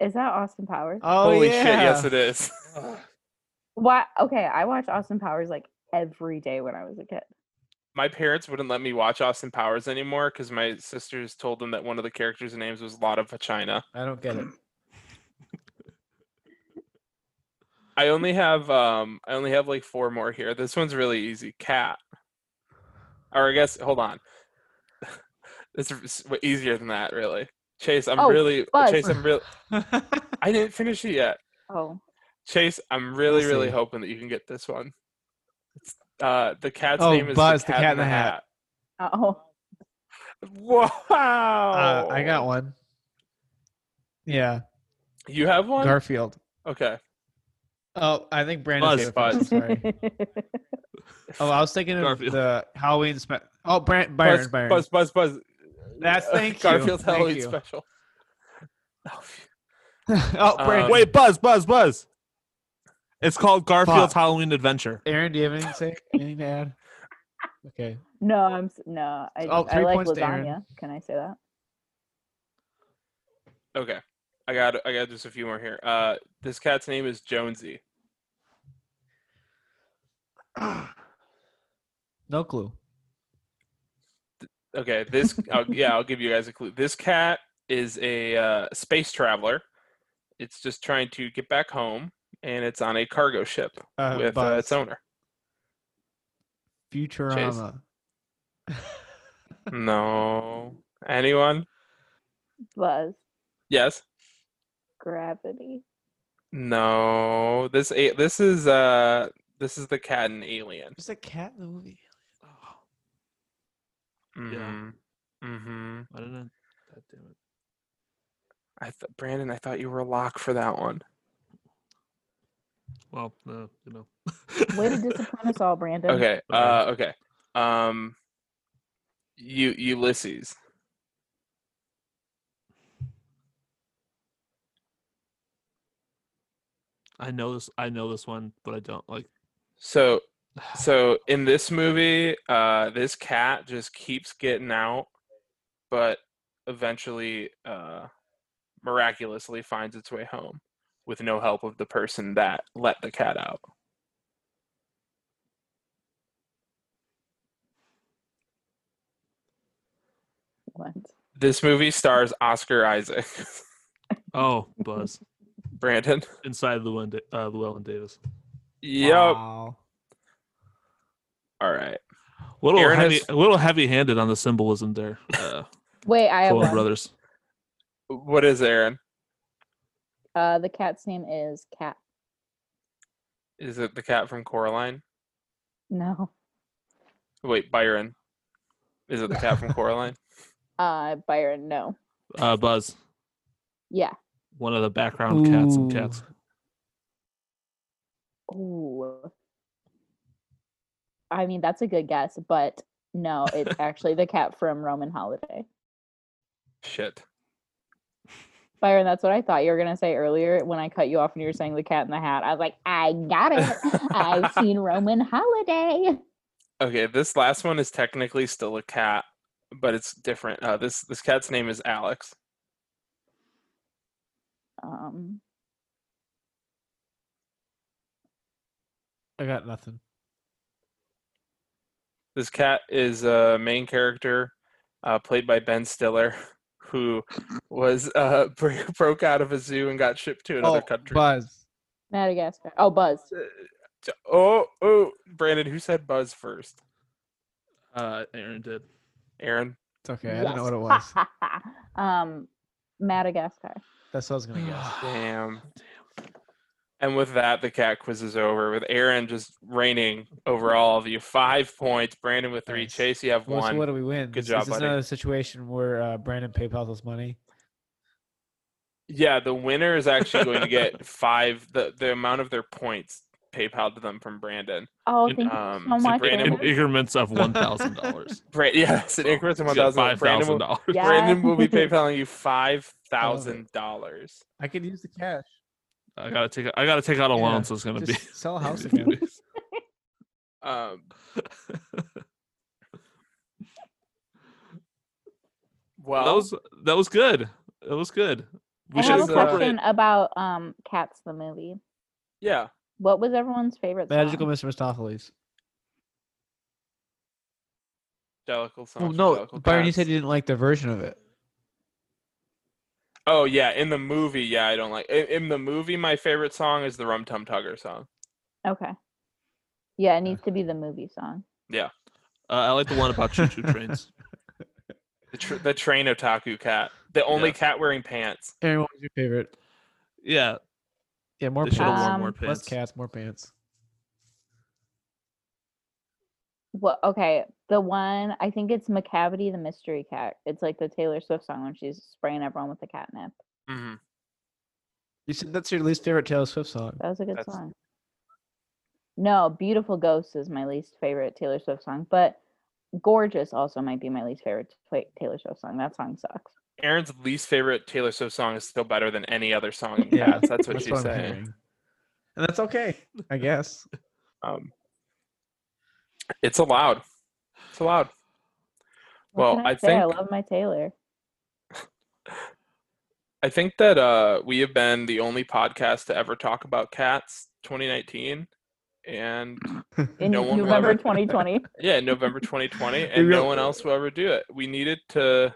Is that Austin Powers? <laughs> Oh Holy shit, yes it is. <laughs> Why? Okay, I watched Austin Powers like every day when I was a kid. my parents wouldn't let me watch Austin Powers anymore because my sisters told them that one of the characters' names was Lot of Vagina. I don't get it. <laughs> I only have um I only have like four more here. This one's really easy. Cat. Or I guess hold on. <laughs> it's it's w- easier than that, really. Chase, I'm Oh, really Buzz. Chase, I'm really Uh, I didn't finish it yet. Oh, Chase, I'm really, We'll really see. hoping that you can get this one. It's, uh, the cat's Oh, name is Buzz, the Cat, in the Hat. oh, Wow! Uh, I got one. Oh. Yeah, You have one? Garfield. okay. Oh, I think Brandon's Buzz. favorite. <laughs> Buzz. <laughs> Sorry. Oh, I was thinking of Garfield. the Halloween special. Oh, Brand- Byron, Buzz, Byron. Buzz, Buzz, Buzz. That's Uh, thank you. <laughs> Garfield's thank Halloween you. special. Oh, <laughs> oh, Brandon. Um, Wait, Buzz, Buzz, Buzz. It's called Garfield's Fuck. Halloween Adventure. Aaron, do you have anything to say? Anything to <laughs> add? Okay. no, I'm s- no. I, Oh, just- I three like points to Aaron. lasagna. Can I say that? Okay. I got I got just a few more here. Uh this cat's name is Jonesy. No clue. Okay, this i yeah, I'll give you guys a clue. This cat is a uh, space traveler. It's just trying to get back home and it's on a cargo ship Uh, with uh, Buzz. its owner. Futurama. No. Anyone? Buzz. Yes. Gravity. No. This a- this is uh this is the cat and alien. There's a cat in the movie. Oh, Mhm. Mhm. I don't know. God damn it. I th- Brandon, I thought you were a lock for that one. Well, no, you know. Way to <laughs> disappoint us all, Brandon. Okay. Okay. Uh, okay. Um, U- Ulysses. I know this. I know this one, but I don't like. So, so in this movie, uh, this cat just keeps getting out, but eventually, uh, miraculously finds its way home with no help of the person that let the cat out. What? This movie stars Oscar Isaac. <laughs> <laughs> Oh, Buzz, Brandon. inside Llewellyn, Da- uh, Llewellyn Davis. Yep. Wow. All right. Little Aaron heavy, has- a little heavy-handed on the symbolism <laughs> there. Uh, Wait, I have Coen one. Brothers. What is Aaron? Uh, the cat's name is Cat. Is it the cat from Coraline? No. Wait, Byron. Is it the cat <laughs> from Coraline? Uh, Byron. No. Uh, Buzz, Yeah. one of the background cats and cats. Ooh. I mean, that's a good guess, but no, it's actually the cat from Roman Holiday. Shit. Byron, that's what I thought you were gonna say earlier when I cut you off and you were saying the cat in the hat. I was like, I got it. I've seen Roman Holiday. Okay, this last one is technically still a cat, but it's different. Uh, this this cat's name is Alex. Um, I got nothing. This cat is a main character, uh, played by Ben Stiller, <laughs> who was uh, <laughs> br- broke out of a zoo and got shipped to another oh, country. Buzz. Madagascar. Oh, Buzz. Uh, j- oh, oh, Brandon, who said Buzz first? Uh, Aaron did. Aaron. It's okay. I don't know Yes. what it <laughs> was. <laughs> um, Madagascar. That's what I was gonna <sighs> guess. Damn. And with that, the cat quiz is over. With Aaron just reigning over all of you, five points. Brandon with three. Nice. Chase, you have Well, so one. what do we win? Good Is- job, is this buddy. another situation where uh, Brandon PayPal's us money? Yeah, the winner is actually going <laughs> to get five the the amount of their points PayPal to them from Brandon. Oh, In- thank um, you so to much. Brandon Aaron. In increments of one thousand dollars. Brand, Oh, yeah, <laughs> it's an increment of one thousand. Five Brandon, thousand will- dollars. Yeah. Brandon <laughs> will be PayPaling you five thousand dollars. I could use the cash. I gotta take. I gotta take out a Yeah, loan, so it's gonna <laughs> be. Just sell a <laughs> house it'll again. be- <laughs> Um, well, that was that was good. That was good. We I should have a should've covered incorporate. question about um, Cats the movie. yeah. What was everyone's favorite Magical song? Mr. Mistopheles. Jellicle songs. Oh from no, Jellicle Byron, you Cats. said you didn't like the version of it. Oh yeah, in the movie, yeah, I don't like. In, in the movie, my favorite song is the Rum Tum Tugger song. Okay. Yeah, it needs to be the movie song. Uh, I like the one about choo choo <laughs> trains. The, tr- the train otaku cat, the only Yeah. cat wearing pants. Aaron, what was your favorite? Yeah, Yeah, more they should have pants. worn Um, more Less pants. cats, more pants. What? Okay, the one I think it's Macavity the Mystery Cat. It's like the Taylor Swift song when she's spraying everyone with the catnip. hmm You said that's your least favorite Taylor Swift song. That was a good That's- song. No, Beautiful Ghosts is my least favorite Taylor Swift song, but Gorgeous also might be my least favorite Ta- Taylor Swift song. That song sucks. Aaron's least favorite Taylor Swift song is still better than any other song in Yeah, Cats. <laughs> That's what she's I'm saying. hearing. And that's okay, I guess. <laughs> Um, it's allowed. It's allowed. What Well, can I say? I think- love my Taylor. I think that uh, we have been the only podcast to ever talk about Cats 2019, and In No one will November ever- 2020. Yeah, November 2020, and no really- one else will ever do it. We needed to,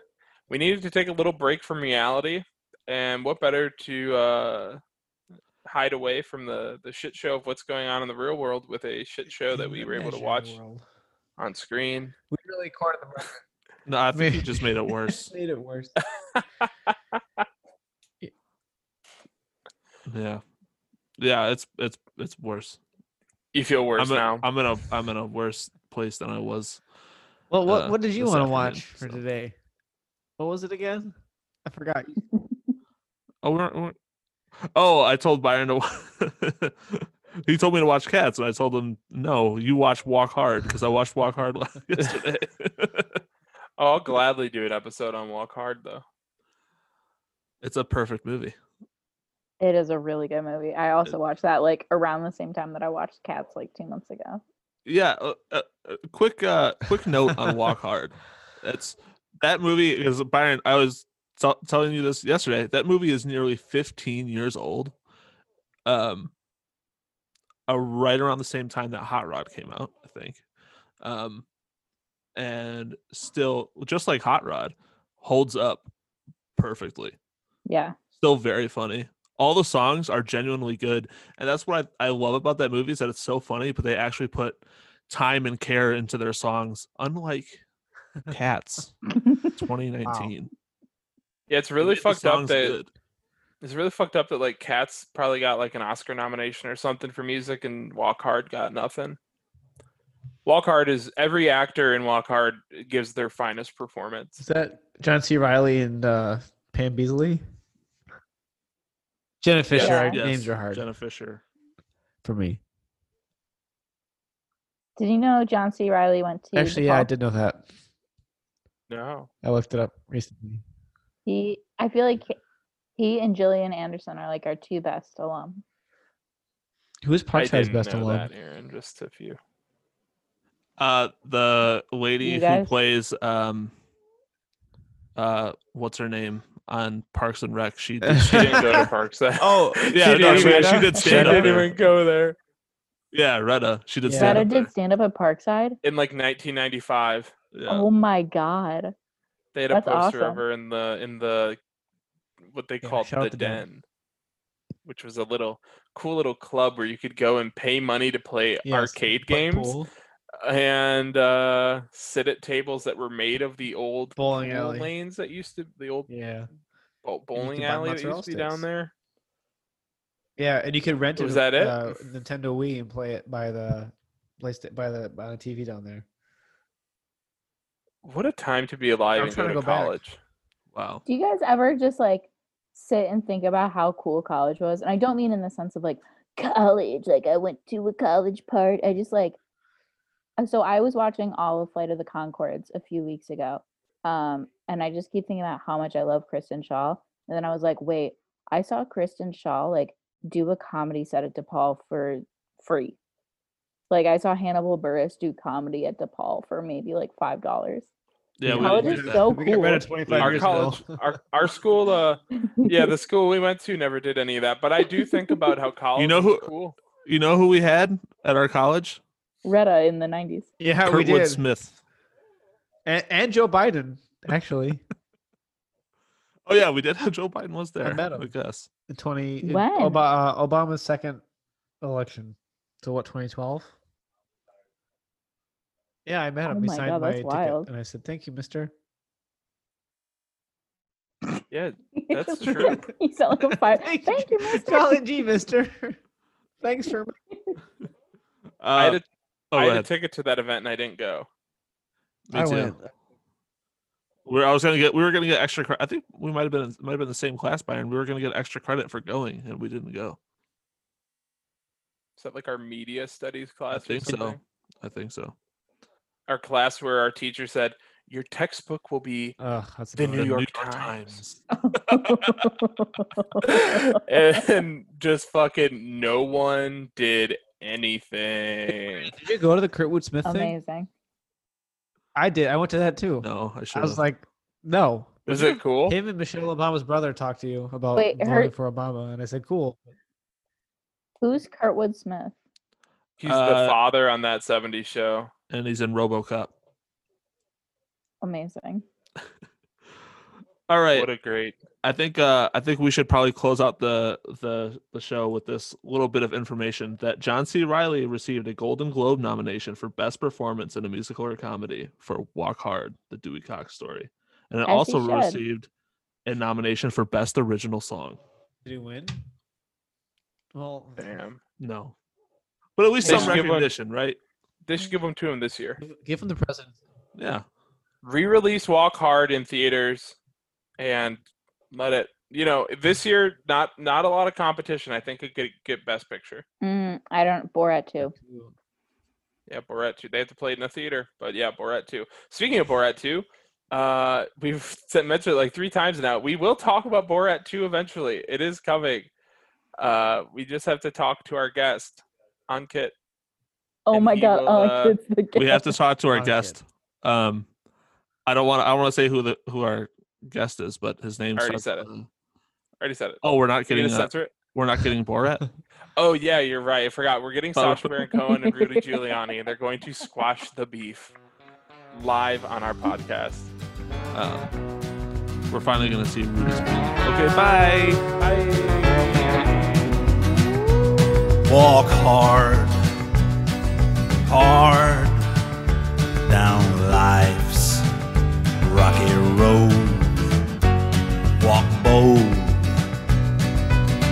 we needed to take a little break from reality, and what better to uh, hide away from the the shit show of what's going on in the real world with a shit show <laughs> that we were able to watch on screen. We really cornered the market. No, I think Maybe- you just made it worse. <laughs> Made it worse. Yeah, yeah, it's it's it's worse. You feel worse I'm, a- now. I'm in a I'm in a worse place than I was. Well, what uh, what did you this want to afternoon, watch for so. today? What was it again? I forgot. Oh, we're, we're, oh, I told Byron to. wa- <laughs> he told me to watch Cats, and I told him no. You watch Walk Hard because I watched Walk Hard <laughs> la- <laughs> yesterday. oh, I'll gladly do an episode on Walk Hard though. it's a perfect movie. It is a really good movie. I also watched that like around the same time that I watched Cats like two months ago. Yeah. Uh, uh, uh, quick, uh, quick note on Walk Hard. That's that movie is Byron. I was t- telling you this yesterday. That movie is nearly 15 years old. Um, uh, right around the same time that Hot Rod came out, I think. Um, and still, just like Hot Rod, holds up perfectly. Yeah. Still very funny. All the songs are genuinely good, and that's what I, I love about that movie is that it's so funny, but they actually put time and care into their songs, unlike <laughs> Cats Mm. 2019. Yeah, it's The- really the fucked up song's that good. it's really fucked up that like Cats probably got like an Oscar nomination or something for music, and Walk Hard got nothing. Walk Hard is every actor in Walk Hard gives their finest Is performance. that John C. Riley and uh, Pam Beasley? Jenna Fisher. Yeah. our Names are hard Jenna Fisher. for me. <laughs> Did you know John C. Riley went to Actually, yeah, I DePaul? did know that. No, I looked it up recently. He, I feel like he- he and Gillian Anderson are like our two best alum. Who is I Parkhide's didn't best know alum? that, Aaron. Just if you, Uh, the lady You who guys? plays um, uh, what's her name on Parks and <laughs> Rec? She, did- she she didn't did, <laughs> go to Parks. That Oh, yeah, <laughs> she no, didn't, she- even, she did she stand up didn't there. even go there yeah, Retta. She did Yeah. stand Beto up there. did stand up at Parkside. in like 1995. Yeah. Oh my god. They had a That's poster of awesome. her in the in the what they Yeah, called shout out the to den, Den. which was a little cool little club where you could go and pay money to play Yes, arcade play games. pool. and uh, sit at tables that were made of the old Bowling pool alley. lanes that used to the old Yeah. bo- bowling buy alley that mozzarella used to be down sticks. there. Yeah, and you could rent it. Was with, that it? Uh, Nintendo Wii and play it by the placed it by the by the TV down there. What a time to be alive I'm and go trying to, to go back. college. Wow. Do you guys ever just like sit and think about how cool college was? And I don't mean in the sense of like college, like I went to a college part. I just like uh, so I was watching all of Flight of the Concords a few weeks ago. Um, and I just keep thinking about how much I love Kristen Shaw. And then I was like, wait, I saw Kristen Shaw like do a comedy set at DePaul for free. Like I saw Hannibal Burris do comedy at DePaul for maybe like five dollars. Yeah, we College didn't is do that. so we got rid cool. of 25 Our Our years college, ago. our our school, uh, yeah, the school we went to never did any of that. But I do think about how college. know was who- Cool. You know who we had at our college? <laughs> Retta in the nineties. yeah, <laughs> we Kurtwood did. Smith. And, and Joe Biden actually Oh yeah, we did have <laughs> Joe Biden was there. I, met him. guess. in 20 in When? Oba- uh, Obama's second election. So what 2012? Yeah, I met Oh him. he my signed God, my that's ticket, wild. and I said, "Thank you, Mister." Yeah, <laughs> That's Just true. like- you sound like <laughs> a <laughs> fire. Thank Thank, you, you, mister. Golly gee, Mister. <laughs> Thanks for Uh, I had a oh, go I had a ahead. ticket to that event and I didn't go. Me I too. went. We're, I was gonna get. We were gonna get extra. cre- I think we might have been in- might have been the same class, Byron. We were gonna get extra credit for going, and we didn't go. Is that like our media studies class? or think so. something? I think so. Our class where our teacher said, "Your textbook <laughs> will be," Ugh, that's The annoying. New York Times. Oh. and just fucking no one did anything. Did you go to the Kurtwood Smith thing? <laughs> Amazing. I did. I went to that too. No, I I should. was like, no. Was it cool? Him and Michelle Obama's brother talked to you about Wait, voting her- for Obama, and I said, cool. Who's Kurtwood Smith? He's Uh, the father on that '70s show. and he's in RoboCop. Amazing. All right. What a great. I think uh, I think we should probably close out the, the the show with this little bit of information that John C. Riley received a Golden Globe nomination for Best Performance in a Musical or Comedy for Walk Hard: The Dewey Cox Story, and it As he also should. received a nomination for Best Original Song. Did he win? Well, Damn. No, but at least They some should give a- recognition, right? They should give Mm. them to him this year. give- give him the president. <laughs> Yeah, Re-release Walk Hard in theaters, and let it. You know, this year not not a lot of competition. I think it could get Best Picture. Mm, I don't. Borat too. Yeah, Borat 2. They have to play it in a theater, but yeah, Borat 2. Speaking of Borat 2, uh, we've <laughs> said, mentioned it like three times now. We will talk about Borat 2 eventually. It is coming. Uh, we just have to talk to our guest, Ankit. Oh And my he god. will, oh, uh, it's the we have to guest. talk to our Oh, shit. guest. Um, I don't want to. I want to say who the who our guest is, but his name. Already starts said it. with a- I already said it. Oh, we're not Are you getting. gonna Uh, censor it? we're not getting Borat. Oh, yeah, you're right. I forgot. We're getting Oh, we're Sacha Baron Cohen and <laughs> Rudy Giuliani, and they're going to squash the beef live on our podcast. Uh, we're finally gonna see Rudy's penis. Okay, bye. Bye. Walk hard, hard down life's rocky road. Walk bold,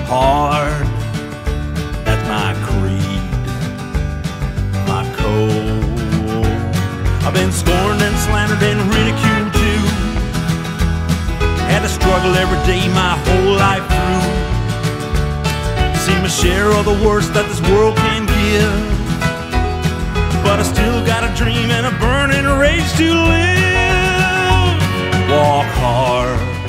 hard. That's my creed, my code. I've been scorned and slandered and ridiculed too. Had to struggle every day my whole life through. See my share of the worst that this world can give. But I still got a dream and a burning rage to live. Walk hard.